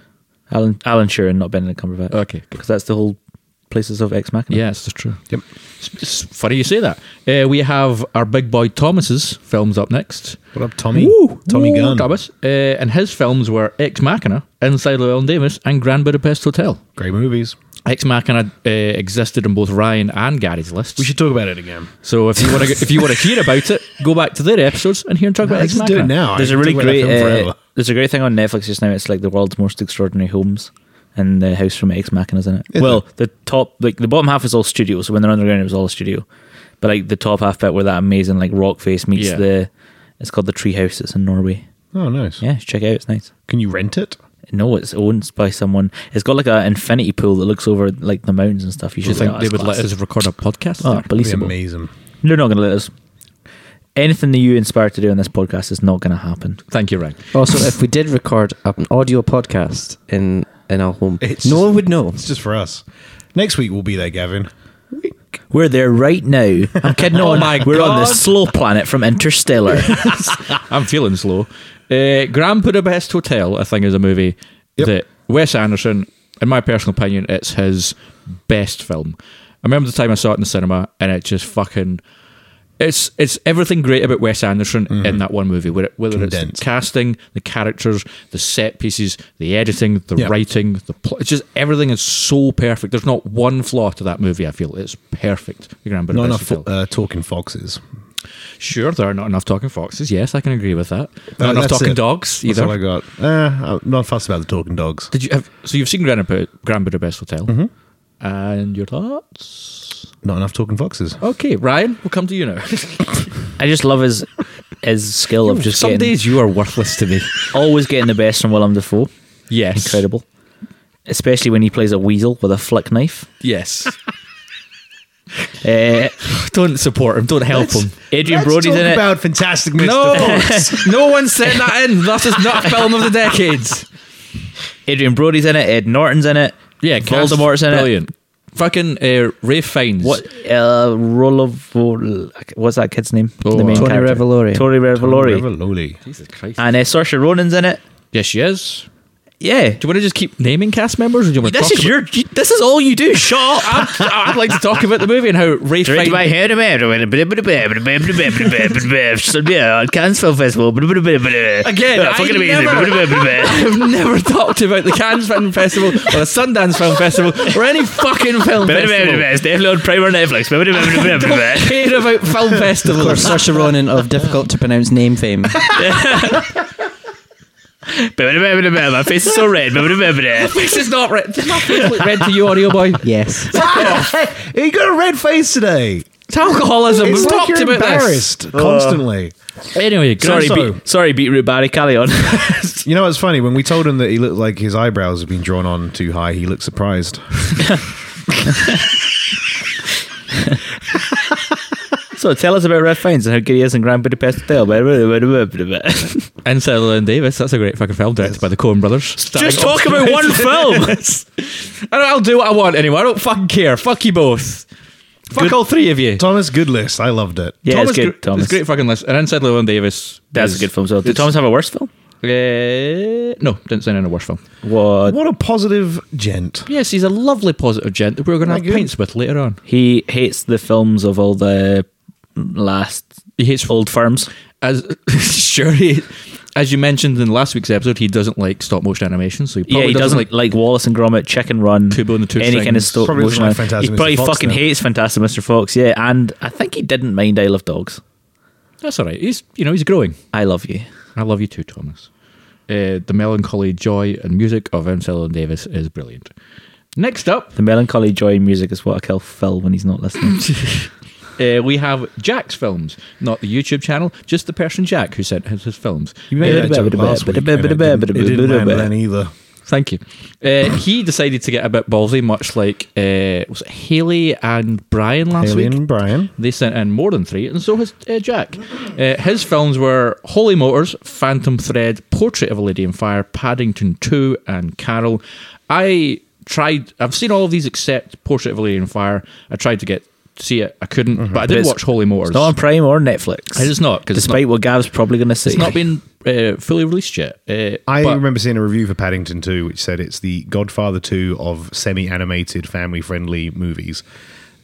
Alan Alan Sheeran, not Benedict Cumberbatch. Okay, good. because that's the whole places of Ex Machina. yeah, it's just true. Yep. It's, it's funny you say that. Uh, we have our big boy Thomas's films up next. What up, Tommy? Tommy Woo, Gunn. Thomas, uh, and his films were Ex Machina, Inside Llewellyn Davis, and Grand Budapest Hotel. Great movies. Ex Machina uh, existed on both Ryan and Gary's lists. We should talk about it again. So if you want to if you want to hear about it, go back to their episodes and hear and talk about Let's Ex just do Machina. it now. there's I a can really talk about that great film uh, forever. there's a great thing on Netflix just now. It's like the world's most extraordinary homes, and the house from Ex Machina is in it. well, the top like the bottom half is all studio. So when they're underground, it was all a studio. But like the top half bit where that amazing like rock face meets Yeah. the, it's called the tree house. It's in Norway. Oh, nice. Yeah, check it out. It's nice. Can you rent it? No, it's owned by someone. It's got like an infinity pool that looks over like the mountains and stuff. You Do you should think they would let us record a podcast? Oh, there? That'd be believable. amazing. They're not going to let us. Anything that you inspire to do on this podcast is not going to happen. Thank you, Ryan. Also, if we did record an audio podcast in in our home, It's no just- one would know. It's just for us. Next week we'll be there, Gavin. We're there right now. I'm kidding. Oh on. my We're on the God. slow planet from Interstellar. I'm feeling slow. Uh, Grand Budapest Hotel, I think, is a movie Yep. that Wes Anderson, in my personal opinion, it's his best film. I remember the time I saw it in the cinema, and it just fucking. It's it's everything great about Wes Anderson in that one movie, whether, whether it's the Mm-hmm. Condensed. casting, the characters, the set pieces, the editing, the Yeah. writing, the plot. It's just everything is so perfect. There's not one flaw to that movie. I feel it's perfect. The Grand Not Budapest enough Hotel. uh, talking foxes. Sure, there are not enough talking foxes. Yes, I can agree with that. Not Uh, enough that's talking it. dogs either. That's all I got. Uh, I'm not fussed about the talking dogs. Did you have? So you've seen Grand, Bu- Grand Budapest Hotel, and your thoughts? Not enough talking foxes. Okay, Ryan, we'll come to you now. I just love his his skill of just Some getting, days you are worthless to me. always getting the best from Willem Dafoe. yes, Incredible, especially when he plays a weasel with a flick knife. Yes, Uh, don't support him. Don't help him. Adrian Brody's in it. about Fantastic Mr. No, no one sent that in. That is not a film of the decades. Adrian Brody's in it. Ed Norton's in it. Yeah, cast Voldemort's in brilliant. Fucking uh, Ray Fiennes. it. What? Uh, Rolovo. What's that kid's name? Oh, the main uh, Tony character. Revolori. Tori Oh, Revolori. Revolori. Jesus Christ. And uh, Saoirse Ronan's in it. yes, she is. Yeah. Do you want to just keep naming cast members? Or do you want to This talk is about- your. you- This is all you do. Shut up. I'd, I'd like to talk about the movie and how Ray Directed Fiennes. by Henry on Cannes Film Festival. Again, I fucking never- amazing. I've never talked about the Cannes Film Festival or the Sundance Film Festival or any fucking film festival. It's er definitely on Prime or Netflix. Care about film Of course, festivals. Saoirse Ronan of difficult to pronounce name fame. My face is so red. This is not red. Does my face look red to you, audio boy? Yes, you got a red face today. It's alcoholism. It's We've like talked you're about this. Uh. embarrassed constantly. Anyway, Sorry, Grasso- be- sorry, beetroot Barry, carry on. You know, it's funny when we told him that he looked like his eyebrows had been drawn on too high. He looked surprised. so tell us about Red Fines and how good he is in Grand Budapest Hotel. And Sutherland and Davis. That's a great fucking film directed by the Coen brothers. Just Starring- talk about one film. I don't- I'll do what I want anyway. I don't fucking care. Fuck you both. Fuck Good- all three of you. Thomas Goodlist, I loved it. Yeah, it's good. gr- Thomas, It's great fucking list. And Inside Llewyn Davis. that's is- a good film. So, did it's- Thomas have a worse film? Uh, no, didn't sign in a worse film. What? What a positive gent. Yes, he's a lovely, positive gent that we're going to have pints with later on. He hates the films of all the last He hates old firms. as sure he, as you mentioned in last week's episode, he doesn't like stop motion animation, so he probably yeah, he doesn't, like, Wallace and Gromit, Chicken Run, Kubo and the Two any kind of Strings. stop Probably doesn't motion. like Fantastic he Mr. probably Fox fucking now. hates Fantastic Mr. Fox. Yeah, and I think he didn't mind I Love Dogs. That's all right. He's you know he's growing. I love you. I love you too, Thomas. Uh, the melancholy joy and music of M. Sullivan Davis is brilliant. Next up, The melancholy joy music is what I kill Phil when he's not listening. uh, we have Jack's films, not the YouTube channel, just the person Jack who sent us his films. Uh, You made that joke last week, and it didn't, it didn't land then either. Thank you. Uh, he decided to get a bit ballsy, much like uh, was it Haley and Brian last Haley week. and Brian. They sent in more than three, and so has uh, Jack. Uh, his films were Holy Motors, Phantom Thread, Portrait of a Lady in Fire, Paddington 2, and Carol. I tried, I've seen all of these except Portrait of a Lady in Fire. I tried to get to see it, I couldn't, Mm-hmm. but I did it's- watch Holy Motors. it's not on Prime or Netflix. It is not, 'cause it's despite what Gav's probably going to say. It's not been uh, fully released yet. Uh, I but- remember seeing a review for Paddington 2 which said it's the Godfather 2 of semi animated, family friendly movies.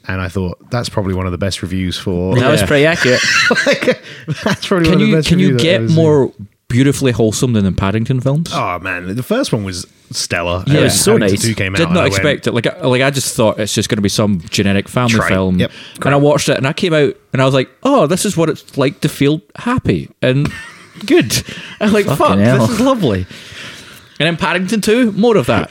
And I thought that's probably one of the best reviews for. that was Yeah. pretty accurate. that's probably Can one of the you, best can you reviews I've get ever seen. more beautifully wholesome than in Paddington films? Oh man, the first one was stellar. Yeah, And it's so Paddington nice. Two came out. Did and I not went, expect it. Like, I, like I just thought it's just going to be some generic family Trite. film. Yep. And I watched it, and I came out, and I was like, "Oh, this is what it's like to feel happy and good." I'm like, "Fuck, Fucking hell. this is lovely." And then Paddington Two, more of that.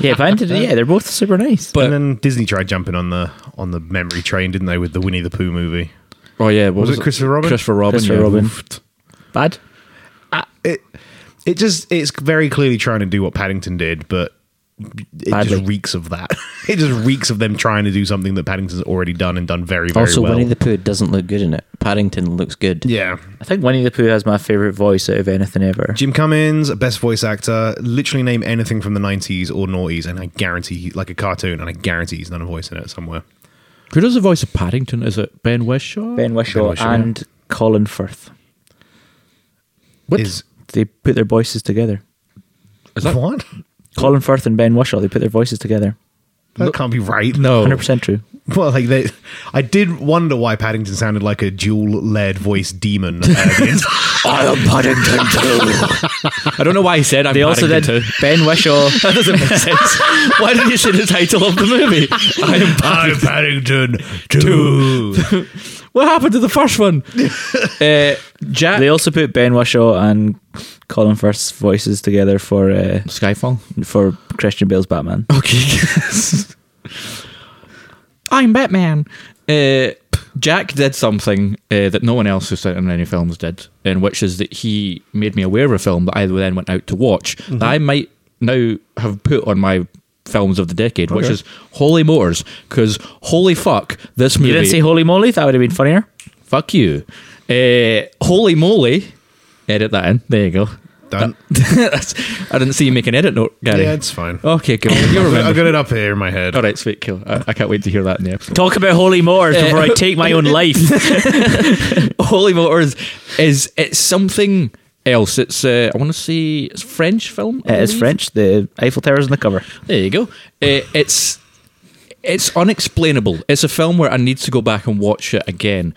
yeah, Paddington, yeah, they're both super nice. But And then Disney tried jumping on the on the memory train, didn't they, with the Winnie the Pooh movie? oh yeah, what Was it Christopher Robin? Christopher Robin. Christopher yeah. Robin. Bad. It it just it's very clearly trying to do what Paddington did, but it Badly. just reeks of that. it just reeks of them trying to do something that Paddington's already done and done very very also, well. Winnie the Pooh doesn't look good in it. Paddington looks good. yeah, I think Winnie the Pooh has my favourite voice out of anything ever. Jim Cummins, best voice actor. Literally name anything from the '90s or noughties, and I guarantee, he- like a cartoon, and I guarantee he's done a voice in it somewhere. Who does the voice of Paddington? Is it Ben Whishaw? Ben Whishaw, Ben Whishaw, and Colin Firth. What? Is They put their voices together. Is that- what? Colin Firth and Ben Whishaw, they put their voices together. That can't be right. no. 100% true. Well, like they, I did wonder why Paddington sounded like a dual-led voice demon. uh, the entire- I am Paddington 2. I don't know why he said. I'm They also did Paddington Ben Whishaw. That doesn't make sense. why did you say the title of the movie? I am I'm Paddington Two. What happened to the first one? uh, Jack. they also put Ben Whishaw and Colin Firth's voices together for uh, Skyfall. for Christian Bale's Batman. Oh, Okay. I'm Batman. Uh, Jack did something uh, that no one else who sent in any films did, and which is that he made me aware of a film that I then went out to watch that I might now have put on my films of the decade, which is Holy Motors, because holy fuck, this movie. You didn't say Holy Moly? That would have been funnier. fuck you. Uh, holy moly. Edit that in. There you go. Done. That's- I didn't see you make an edit note, Gary. Yeah, it's fine. Okay, cool. You I remember. got it up here in my head. All right, sweet, cool. I, I can't wait to hear that in the episode. Talk about Holy Motors before I take my own life. Holy Motors is it's something else. It's uh, I want to say it's a French film. I it is believe. French. The Eiffel Tower's on the cover. There you go. Uh, it's it's unexplainable. It's a film where I need to go back and watch it again.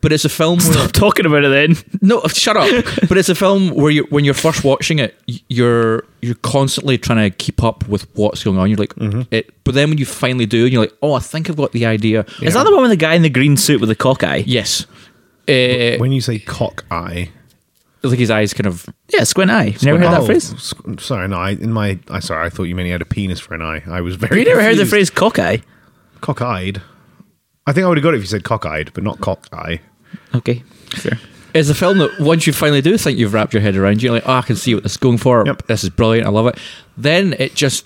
But it's a film where Stop talking about it then. No, shut up. but it's a film where you when you're first watching it, y- you're you're constantly trying to keep up with what's going on. You're like it, but then when you finally do, you're like, oh, I think I've got the idea. Is that the one with the guy in the green suit with the cock eye? Yes. Uh, When you say cock eye, like his eyes kind of Yeah, squint eye. You never heard that Oh, phrase? sc- Sorry, no. I, in my, I sorry. I thought you meant he had a penis for an eye. I was very. You never heard the confused. phrase cock eye? cock-eyed? I think I would have got it if you said cock-eyed, but not cock eye. Okay, fair. uh, is a film that once you finally do think you've wrapped your head around, you're like, oh, I can see what this is going for. Yep. This is brilliant. I love it. Then it just,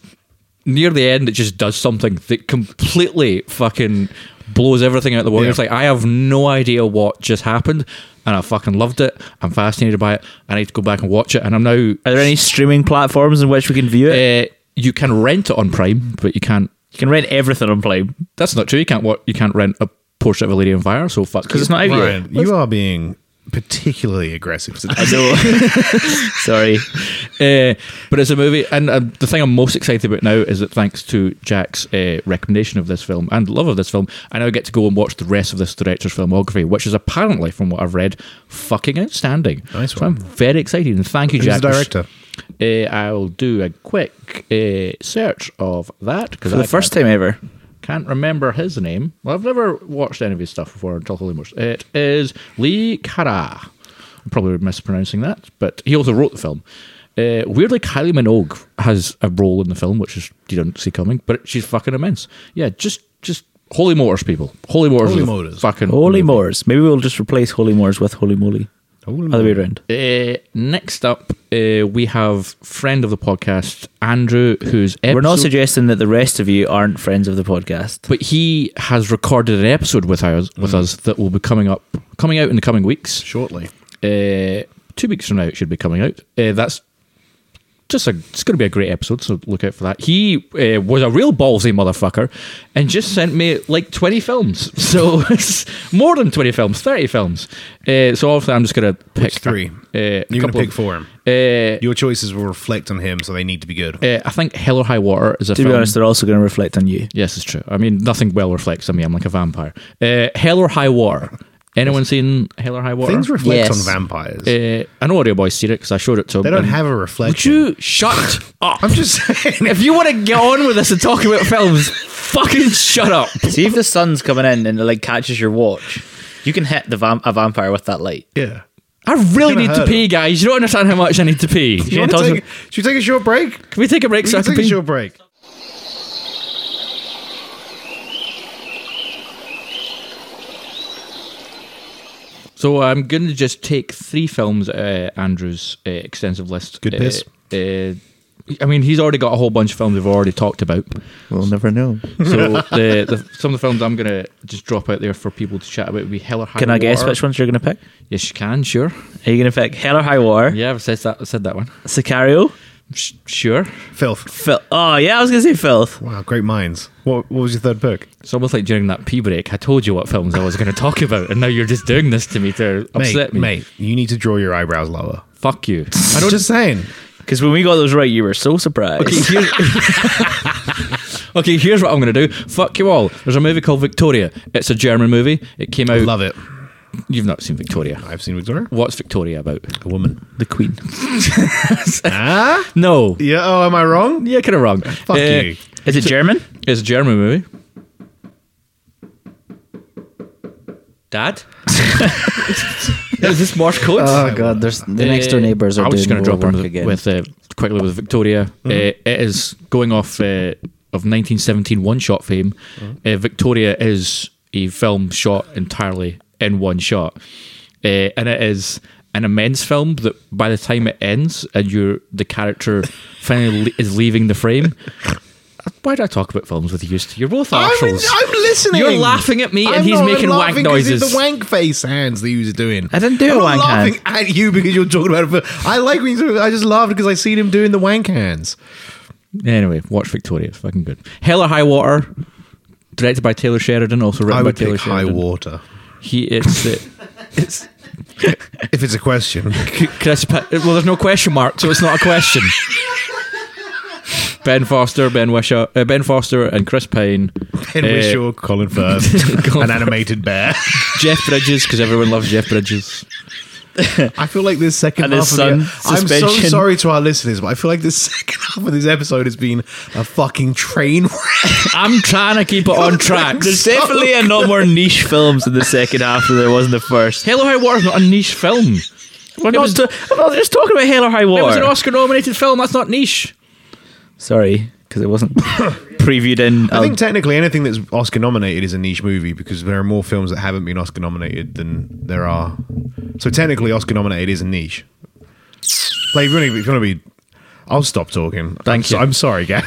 near the end, it just does something that completely fucking blows everything out of the water. Yeah. It's like, I have no idea what just happened. And I fucking loved it. I'm fascinated by it. I need to go back and watch it. And I'm now. Are there any streaming platforms in which we can view it? Uh, you can rent it on Prime, but you can't. you can rent everything on Prime That's not true. You can't. What you can't rent a portrait of a lady on fire. So fuck. because it's you. not out yet. Ryan, you are being particularly aggressive today. No. Sorry. Uh, but it's a movie, and uh, the thing I'm most excited about now is that thanks to Jack's uh, recommendation of this film and love of this film, I now get to go and watch the rest of this director's filmography, which is apparently, from what I've read, fucking outstanding. Nice so one. I'm very excited, and thank you, Who's the Jack. director? Uh, I'll do a quick uh, search of that because For the first time ever. Can't remember his name. Well, I've never watched any of his stuff before until Holy Moors. It is Lee Kara. I'm probably mispronouncing that, but he also wrote the film. Uh, weirdly, Kylie Minogue has a role in the film, which is you don't see coming, but she's fucking immense. Yeah, just just Holy Motors, people. Holy Motors. Holy is a Motors. Fucking Holy Moors. Maybe we'll just replace Holy Moors with Holy Moly. Other way around. Uh, next up, uh, we have friend of the podcast Andrew, who's episode- We're not suggesting that the rest of you aren't friends of the podcast. but he has recorded an episode with us Mm. with us that will be coming up coming out in the coming weeks. Shortly. Uh, two weeks from now, it should be coming out. Uh, that's just a it's going to be a great episode, so look out for that. He uh, was a real ballsy motherfucker and just sent me like twenty films, so it's more than twenty films, thirty films. Uh, so obviously, I'm just going to pick Which three? Uh, a You're going to couple pick of- for him. Uh, Your choices will reflect on him, so they need to be good. uh, I think Hell or High Water is a To film. be honest, they're also going to reflect on you. Yes, it's true. I mean, nothing well reflects on me. I'm like a vampire. Uh, Hell or High Water. Anyone seen Hell or High Water? Things reflect Yes. on vampires. uh, I know Audio Boys seen it because I showed it to them. they don't and- have a Would reflection. you shut up? I'm just saying. if you want to get on with this and talk about films, fucking shut up. See if the sun's coming in and it like catches your watch. You can hit the vamp- a vampire with that light. yeah. I Kinda really need to heard pee, it. guys. You don't understand how much I need to pee. You wanna take- should we take a short break? Can we take a break We so I can can take a pee? short break. So I'm going to just take three films, uh, Andrew's uh, extensive list. Good Uh, piss. Uh, I mean, he's already got a whole bunch of films we've already talked about. We'll never know. So the, the some of the films I'm going to just drop out there for people to chat about would be Hell or High Can I guess Water. which ones you're going to pick? Yes, you can, sure. Are you going to pick Hell or High War, Yeah, I've said that, said that one. Sicario, Sh- sure. Filth. Phil? Oh yeah, I was going to say Filth. Wow, great minds. What, what was your third pick? It's almost like during that pee break, I told you what films I was going to talk about, and now you're just doing this to me to mate, upset me. mate, you need to draw your eyebrows lower. Fuck you. I am just saying. Because when we got those right, you were so surprised. Okay, here's- okay, here's what I'm going to do. Fuck you all. There's a movie called Victoria. It's a German movie. It came out. Love it. You've not seen Victoria. I've seen Victoria. What's Victoria about? A woman. The Queen. ah? No. Yeah, oh, am I wrong? Yeah, kind of wrong. Fuck Uh, you. Is it German? It's a German movie. Dad? Is this Morse code? Oh god, there's the next door Uh, neighbors are I was just doing gonna drop more in work with, again. with, uh, quickly with Victoria. Mm-hmm. Uh, it is going off uh, of 1917 one shot fame. Mm-hmm. Uh, Victoria is a film shot entirely in one shot, uh, and it is an immense film that by the time it ends and you're the character finally le- is leaving the frame. Why do I talk about films with you? You're both arseholes. listening. You're laughing at me and I'm he's not, making I'm wank laughing 'cause it's noises. The wank face hands that you was doing. I didn't do I'm a not wank laughing at you because you're talking about it. but I like when you. I just laughed because I seen him doing the wank hands. Anyway, watch Victoria. It's fucking good. Hell or High Water, directed by Taylor Sheridan, also I written by would Taylor pick high Sheridan. water He it's the it's if it's a question. C- Chris. Pitt. Well, there's no question mark, so it's not a question. Ben Foster, Ben Wishaw, uh, Ben Foster, and Chris Pine, And Uh, we're sure Colin Firth, Colin an animated bear. Jeff Bridges, because everyone loves Jeff Bridges. I feel like this second And half his of the, e- son, I'm so suspension. sorry to our listeners, but I feel like this second half of this episode has been a fucking train wreck. I'm trying to keep it on track. There's definitely a lot more niche films in the second half than there was in the first. Hell or High Water's not a niche film. We're It not, was- to, we're not just talking about Hell or High It was an Water. Oscar-nominated film. That's not niche. Sorry, because it wasn't. previewed in. I I'll- think technically anything that's Oscar nominated is a niche movie because there are more films that haven't been Oscar nominated than there are. So technically, Oscar nominated is a niche. Like, if you want to be, if you want to be I'll stop talking. Thank I'm, so- you. I'm sorry, Gav.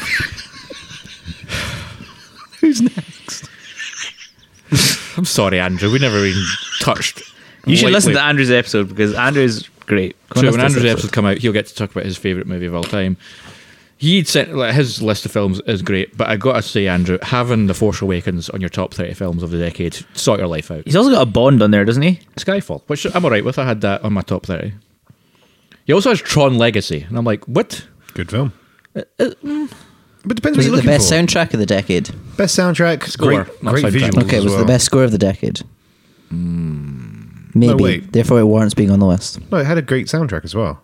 I'm sorry, Andrew. We never even touched. you should lightly- listen to Andrew's episode because Andrew's great. Come on, So listen to when this Andrew's episode. episode. come out, he'll get to talk about his favorite movie of all time. He'd sent like, his list of films is great, but I gotta say, Andrew, having The Force Awakens on your top thirty films of the decade, sort your life out. He's also got a Bond on there, doesn't he? Skyfall, which I'm alright with. I had that on my top thirty. He also has Tron Legacy, and I'm like, what? Good film. But depends Uh, mm. Was it what you're the looking best for. soundtrack of the decade? best soundtrack, Score. great, Not great soundtrack. visuals. Okay, it as was well. the best score of the decade. Maybe. No, wait. Therefore, it warrants being on the list. No, it had a great soundtrack as well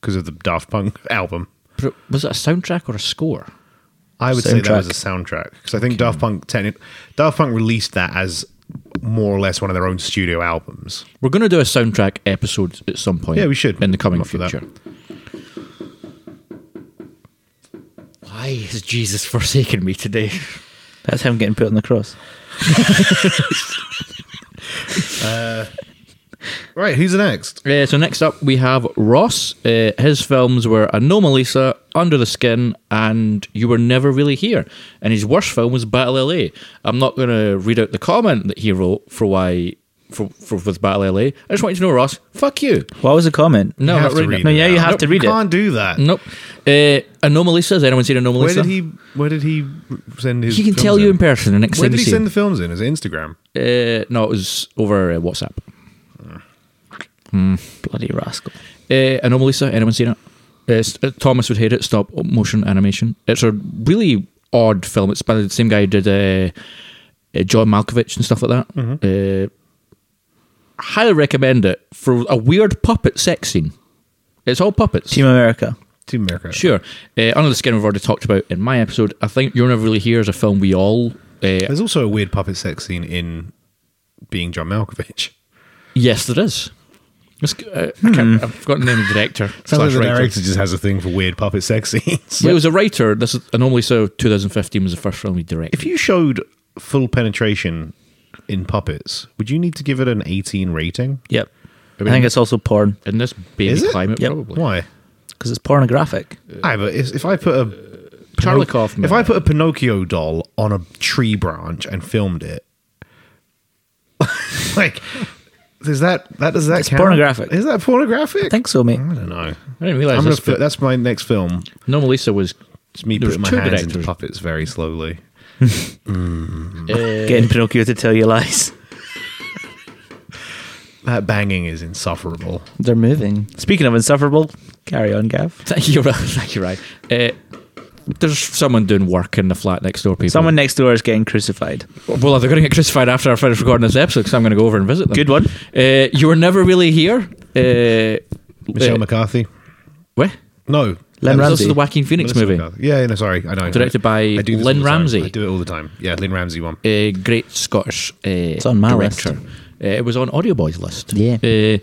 because of the Daft Punk album. But Was it a soundtrack or a score? I would say that Soundtrack. was a soundtrack because I think Daft Punk techni- Daft Punk released that as more or less one of their own studio albums. We're gonna do a soundtrack episode at some point. Yeah, we should. in the coming Up for that. future. Why has Jesus forsaken me today? That's him getting put on the cross. Right, who's the next? Uh, so next up we have Ross. Uh, his films were Anomalisa, Under the Skin, and You Were Never Really Here. And his worst film was Battle LA. I'm not going to read out the comment that he wrote for why for, for with Battle LA. I just want you to know, Ross. Fuck you. What was the comment? No, You I'm have not to reading read it. No, it yeah, you now. have to read it. Can't do that. Nope. Uh, Anomalisa. Has anyone seen Anomalisa? Where did he? Where did he send his? He can films tell you in in person the next Where time did he you see send him. the films in? Is it Instagram? Uh, no, it was over uh, WhatsApp. Bloody rascal. Uh, Anomalisa, anyone seen it? Uh, S- uh, Thomas would hate it. Stop motion animation. It's a really odd film. It's by the same guy who did uh, uh, John Malkovich and stuff like that. Uh, highly recommend it for a weird puppet sex scene. It's all puppets. Team America. Team America. Sure. Uh, Under the Skin, we've already talked about in my episode. I think You're Never Really Here is a film we all. Uh, There's also a weird puppet sex scene in Being John Malkovich. yes, there is. It's, uh, I can't, I've forgotten the name of the director. Sounds like slash the writer. director just has a thing for weird puppet sex scenes. Well, he was a writer. This is anomaly. So 2015 was the first film he directed. If you showed full penetration in puppets, would you need to give it an 18 rating? Yep. I, think it's also porn in this baby Is it? climate, Yep. probably. Why? because it's pornographic. Aye, but if, if I put a Charlie Pinoc- Kaufman. if I put a Pinocchio doll on a tree branch and filmed it, like, is that that does that It's count? pornographic. Is that pornographic? I think so, mate. Mm. I don't know. I didn't realize I'm gonna this. fi- But that's my next film. Anomalisa was It's me There was putting my two hands directors. into puppets very slowly. Getting Pinocchio to tell you lies. That banging is insufferable. They're moving. Speaking of insufferable, carry on, Gav. Thank you, right. Thank you, right. Uh, there's someone doing work in the flat next door. People. Someone next door is getting crucified. Well, they're going to get crucified after I finish recording this episode because I'm going to go over and visit them. Good one. Uh, you were never really here. Uh, Michelle uh, McCarthy. What? No, that Lem was This Ramsey. is the Joaquin Phoenix Melissa movie. McCarthy. Yeah, no, sorry, I know. Directed by I do this Lynn all the time. Ramsey. I do it all the time. Yeah, Lynn Ramsey one. a Eh, great Scottish uh, it's on my director. list. Uh, it was on Audio Boy's list. Yeah. Uh,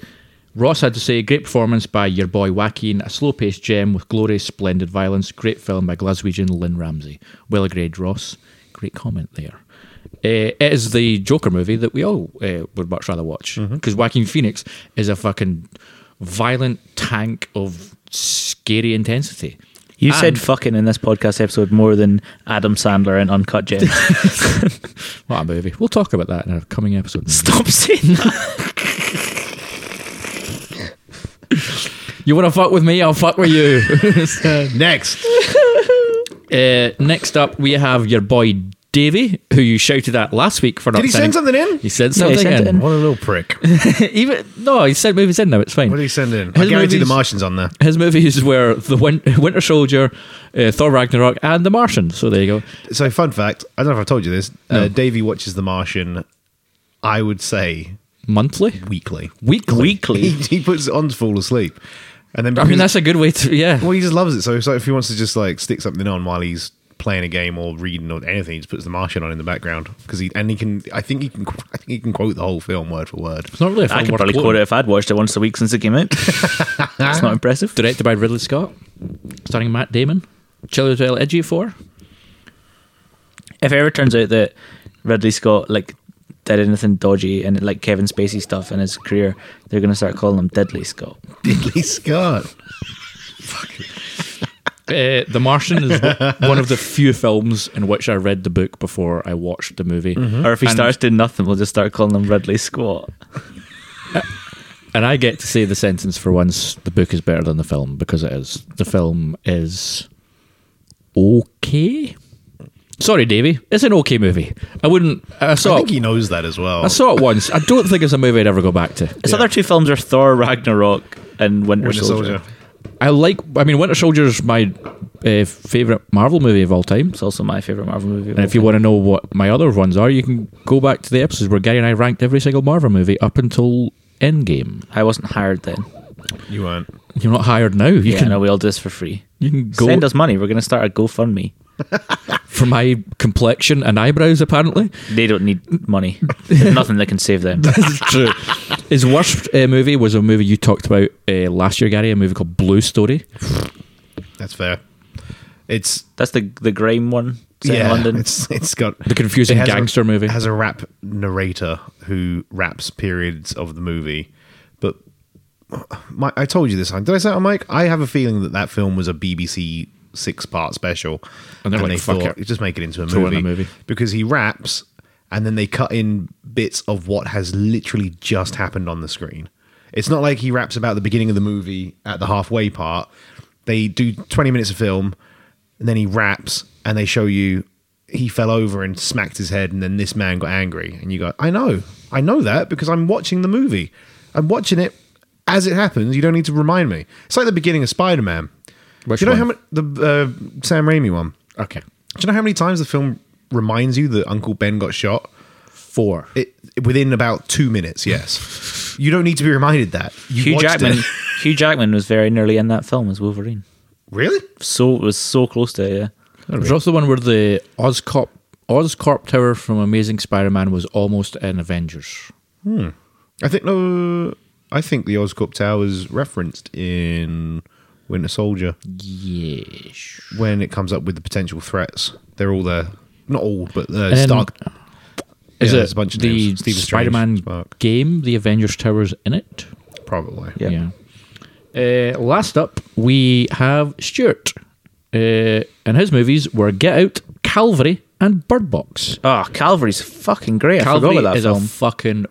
Ross had to say, great performance by your boy Joaquin, a slow paced gem with glorious, splendid violence. Great film by Glaswegian Lynn Ramsey. Well agreed, Ross. Great comment there. Uh, it is the Joker movie that we all uh, would much rather watch because Joaquin Phoenix is a fucking violent tank of scary intensity. You And- said fucking in this podcast episode more than Adam Sandler and Uncut Gems. What a movie. We'll talk about that in our coming episode. Stop saying that. You want to fuck with me? I'll fuck with you. Next, Uh, next up, we have your boy Davey, who you shouted at last week for not. did he send sending- something in? He sent Yeah, he something sent in. What a little prick! Even no, he sent movies in now. It's fine. What did he send in? I His guarantee the movies- Martians on there. His movies were The Win- Winter Soldier, uh, Thor Ragnarok, and The Martian. So there you go. So, fun fact I don't know if I've told you this. Uh, Davey watches The Martian, I would say, Monthly, weekly. weekly, He, weekly. he puts it on to fall asleep. And then, I mean, because- that's a good way to. Yeah, well, he just loves it. So, it's like if he wants to just like stick something on while he's playing a game or reading or anything, he just puts The Martian on in the background because he and he can. I think he can. I think he can quote the whole film word for word. it's not really. A I film could worth probably quoting. quote it if I'd watched it once a week since it came out. That's not impressive. Directed by Ridley Scott, starring Matt Damon, Chiwetel Ejiofor, if it ever turns out that Ridley Scott like did anything dodgy and like Kevin Spacey stuff in his career, they're gonna start calling him Diddley Scott. Diddley Scott. Uh, the Martian is w- one of the few films in which I read the book before I watched the movie. Mm-hmm. Or if he And- starts doing nothing, we'll just start calling him Ridley Scott. And I get to say the sentence for once the book is better than the film because it is. The film is okay. Sorry, Davey. It's an okay movie. I wouldn't. I I saw. think it, he knows that as well. I saw it once. I don't think it's a movie I'd ever go back to. His other two films are Thor Ragnarok and Winter, Winter Soldier. Soldier. I like. I mean, Winter Soldier's my uh, favorite Marvel movie of all time. It's also my favorite Marvel movie. And if you want to know what my other ones are, you can go back to the episodes where Gary and I ranked every single Marvel movie up until Endgame. I wasn't hired then. You weren't. You're not hired now. You yeah, can no, we all do this for free. you can go Send us money. We're gonna start a GoFundMe. for my complexion and eyebrows. Apparently, They don't need money. There's nothing that can save them. It's true. His worst uh, movie was a movie you talked about uh, last year, Gary. A movie called Blue Story. That's fair. It's That's the the Grime one. Set in London. It's it's got The confusing has a- gangster movie. Has a rap narrator who raps periods of the movie, but my, I told you this. Did I say it on mic? I have a feeling that that film was a BBC six part special, And they're like, "Fuck it." just make it into a Throw it movie, in a movie. because he raps, and then they cut in bits of what has literally just happened on the screen. It's not like he raps about the beginning of the movie at the halfway part. They do twenty minutes of film, and then he raps, and they show you he fell over and smacked his head, and then this man got angry, and you go, I know, I know that because I'm watching the movie. I'm watching it as it happens. You don't need to remind me. It's like the beginning of Spider Man. Which you know how one? many the uh, Sam Raimi one. Okay, Do you know how many times the film reminds you that Uncle Ben got shot? four. It within about two minutes. Yes, you don't need to be reminded that. You Hugh watched it. Jackman. Hugh Jackman was very nearly in that film as Wolverine. really? So was so close to it, yeah. There was also the one where the Oscorp Oscorp Tower from Amazing Spider-Man was almost in Avengers. I think no. I think the Oscorp Tower is referenced in Winter Soldier Yes. when it comes up with the potential threats. They're all there. Not all, but uh, Um, Stark. Is Yeah, it there's a bunch of the names. Stephen Strange, Spider-Man Spark. game? The Avengers Towers in it. Probably. Yeah. Yeah. Uh, last up, we have Stuart. Uh, and his movies were Get Out, Calvary, and Bird Box. Oh, Calvary's fucking great. I Calvary forgot about that is film. a fucking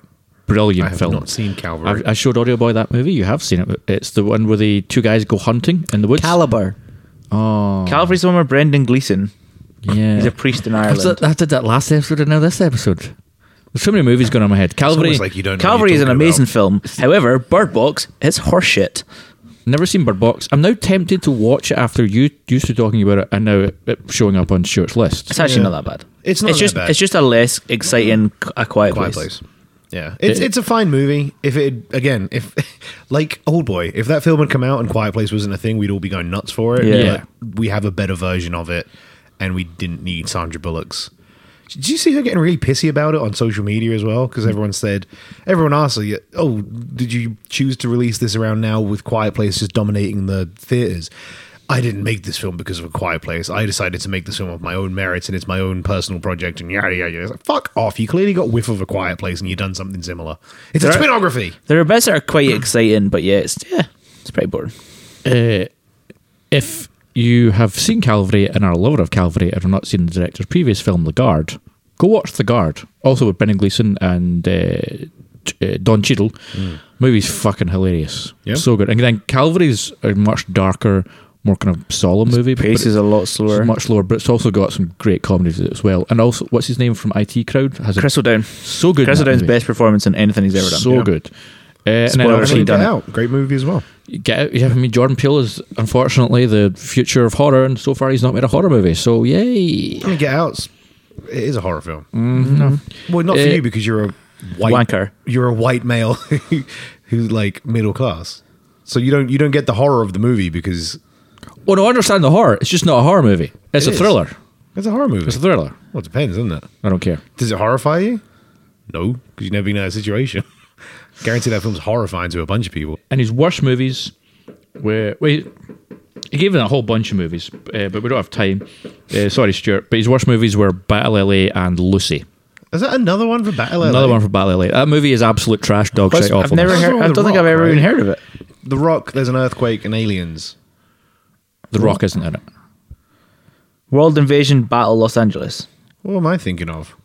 brilliant I have film. not seen Calvary. I, I showed Audio Boy that movie. You have seen it. It's the one where the two guys go hunting in the woods. Caliber. oh, Calvary's the one where Brendan Gleeson. yeah. He's a priest in I Ireland. did, I did that last episode and now this episode. There's so many movies going on in my head. It's Calvary. almost like you don't. know what Calvary you're is an talking amazing about. film. However, Bird Box is horseshit. Never seen Bird Box. I'm now tempted to watch it after you used to talking about it and now it, it showing up on Stuart's list. It's actually Yeah. not that bad. It's not It's that just bad. it's just a less exciting, c- a quiet, Quiet place. Place. Yeah, it's it's a fine movie. If it again, if like Old Boy, if that film had come out and Quiet Place wasn't a thing, we'd all be going nuts for it. Yeah. But we have a better version of it, and we didn't need Sandra Bullock's. Did you see her getting really pissy about it on social media as well? Because everyone said, everyone asked her, "Oh, did you choose to release this around now with Quiet Place just dominating the theaters?" I didn't make this film because of a Quiet Place. I decided to make this film of my own merits, and it's my own personal project. And yada yada. yada. It's like, Fuck off! You clearly got whiff of a Quiet Place, and you've done something similar. It's a There- twinography. There are bits that are quite exciting, but yeah, it's yeah, it's pretty boring. Uh, if you have seen Calvary and are a lover of Calvary and have not seen the director's previous film, The Guard, go watch The Guard. Also with Brendan Gleeson and uh, Ch- uh, Don Cheadle. Mm. Movie's fucking hilarious. Yeah. So good. And then Calvary's a much darker, more kind of solemn movie. but Pace is it's- a lot it's slower. much lower, but it's also got some great comedies as well. And also, what's his name from IT Crowd? Has a- Chris O'Down. so good. in Chris that O'Down's movie. best performance in anything he's ever done. So good. Uh, and then Spoiler obviously alert. Get done it. out. Great movie as well. get out. Yeah, I mean, Jordan Peele is unfortunately the future of horror, and so far he's not made a horror movie. So yay! I mean, Get Out's it is a horror film. Mm-hmm. Well, not for Uh, you because you're a white Wanker. You're a white male who- who's like middle class, so you don't you don't get the horror of the movie because Well, Oh, no, I understand the horror. It's just not a horror movie. It's It a is. thriller. it's a horror movie. It's a thriller. well, it depends, doesn't it? I don't care. Does it horrify you? No, because you've never been in that situation. Guarantee that film's horrifying to a bunch of people. And his worst movies were wait. he gave it a whole bunch of movies, uh, but we don't have time. Uh, sorry, Stuart. But his worst movies were Battle LA and Lucy. Is that another one for Battle LA? Another one for Battle LA. That movie is absolute trash dog Plus, shit awfulness. I've never What's heard. wrong I with don't think Rock, I've ever right? even heard of it. The Rock, there's an earthquake and aliens. the Rock isn't in it. World Invasion Battle Los Angeles. What am I thinking of?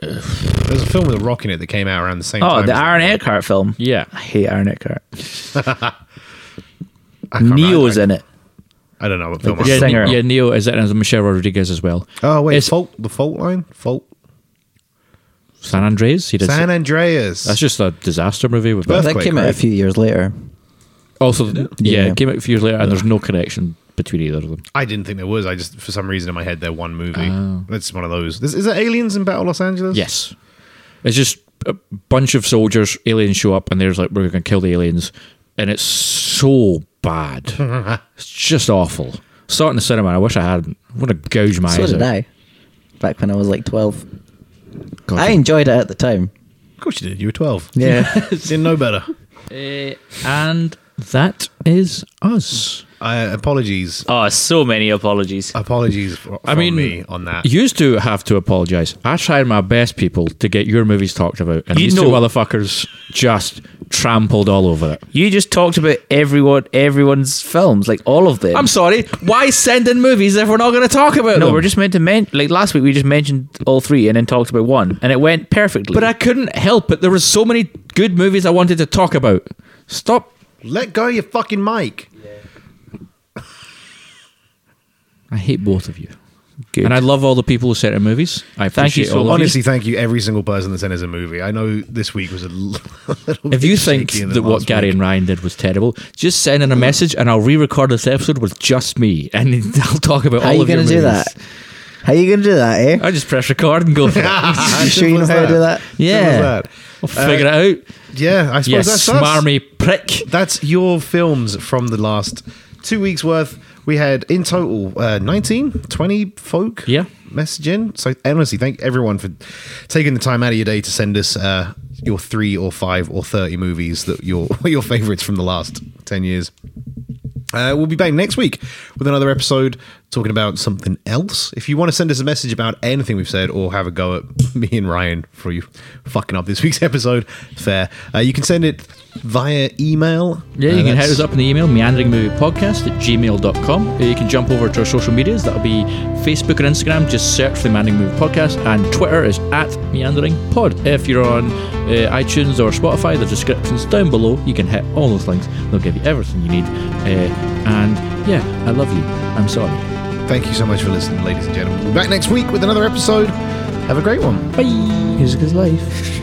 There's a film with The Rock in it that came out around the same time. Oh, the as that. Aaron Eckhart film. Yeah. I hate Aaron Eckhart. I can't remember. Neo's I- in it. I don't know what film. the I'm Yeah, thinking singer. of. yeah, Neo is it, and Michelle Rodriguez as well. Oh wait, It's- fault the fault line, fault San Andreas. He did. San Andreas. that's just a disaster movie with But- that. that Earthquake, came out right? a few years later. Also, yeah, Yeah. it came out a few years later, and there's no connection between either of them. I didn't think there was. I just for some reason in my head they're one movie. Oh. It's one of those. Is, is it Aliens in Battle Los Angeles? Yes. It's just a bunch of soldiers, aliens show up, and they're just like, we're going to kill the aliens. And it's so bad. it's just awful. Saw it in the cinema, and I wish I hadn't. I want to gouge my So eyes did out. I. Back when I was like 12. God, I enjoyed it at the time. Of course you did. You were twelve. Yeah. Didn't know better. and that is us. Uh, apologies. Oh, so many apologies. Apologies for, I from mean, me on that. You used to have to apologise. I tried my best, people, to get your movies talked about, and You these two know- motherfuckers just trampled all over it. You just talked about everyone, everyone's films, like all of them. I'm sorry. Why send in movies if we're not going to talk about no, them? we're just meant to mention. Like last week, we just mentioned all three and then talked about one, and it went perfectly. But I couldn't help it. There was so many good movies I wanted to talk about. Stop. Let go of your fucking mic. I hate both of you. Good. And I love all the people who sent in movies. I Thank you appreciate so all of Honestly, thank you every single person that sent us a movie. I know this week was a l- a little. you. If bit you think shakier than that what last Gary week. and Ryan did was terrible, just send in a message and I'll re-record this episode with just me, and I'll talk about How all you of your going to movies. do that? How you going to do that, eh? I just press record and go for it. Ah, you sure you simple know as how to do that? Simple as Yeah. that. We'll figure it out. Yeah, I suppose Yes, that's us. smarmy prick. That's your films from the last two weeks worth. We had in total uh, 19, 20 folk Yeah. message in. So honestly, thank everyone for taking the time out of your day to send us uh, your three or five or 30 movies that your your favorites from the last 10 years. Uh, we'll be back next week with another episode talking about something else. If you want to send us a message about anything we've said or have a go at me and Ryan for you fucking up this week's episode, fair. Uh, you can send it via email. Yeah, Uh, you can that's- hit us up in the email, meanderingmoviepodcast at gmail.com. Or Uh, You can jump over to our social medias. That'll be Facebook and Instagram. Just search for the Meandering Movie Podcast. And Twitter is at Meandering Pod. If you're on uh, iTunes or Spotify, the description's down below. You can hit all those links. They'll give you everything you need. Uh, and yeah, I love you. I'm sorry. Thank you so much for listening, ladies and gentlemen. We'll be back next week with another episode. Have a great one. Music is life.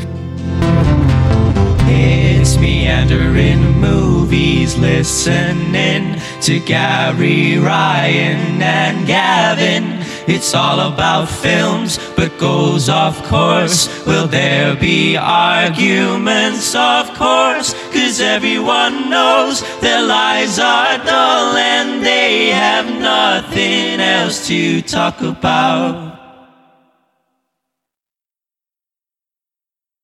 It's meandering movies, listening to Gary Ryan and Gavin. It's all about films, but goes off course. Will there be arguments? Of course, cause everyone knows their lives are dull and they have nothing else to talk about.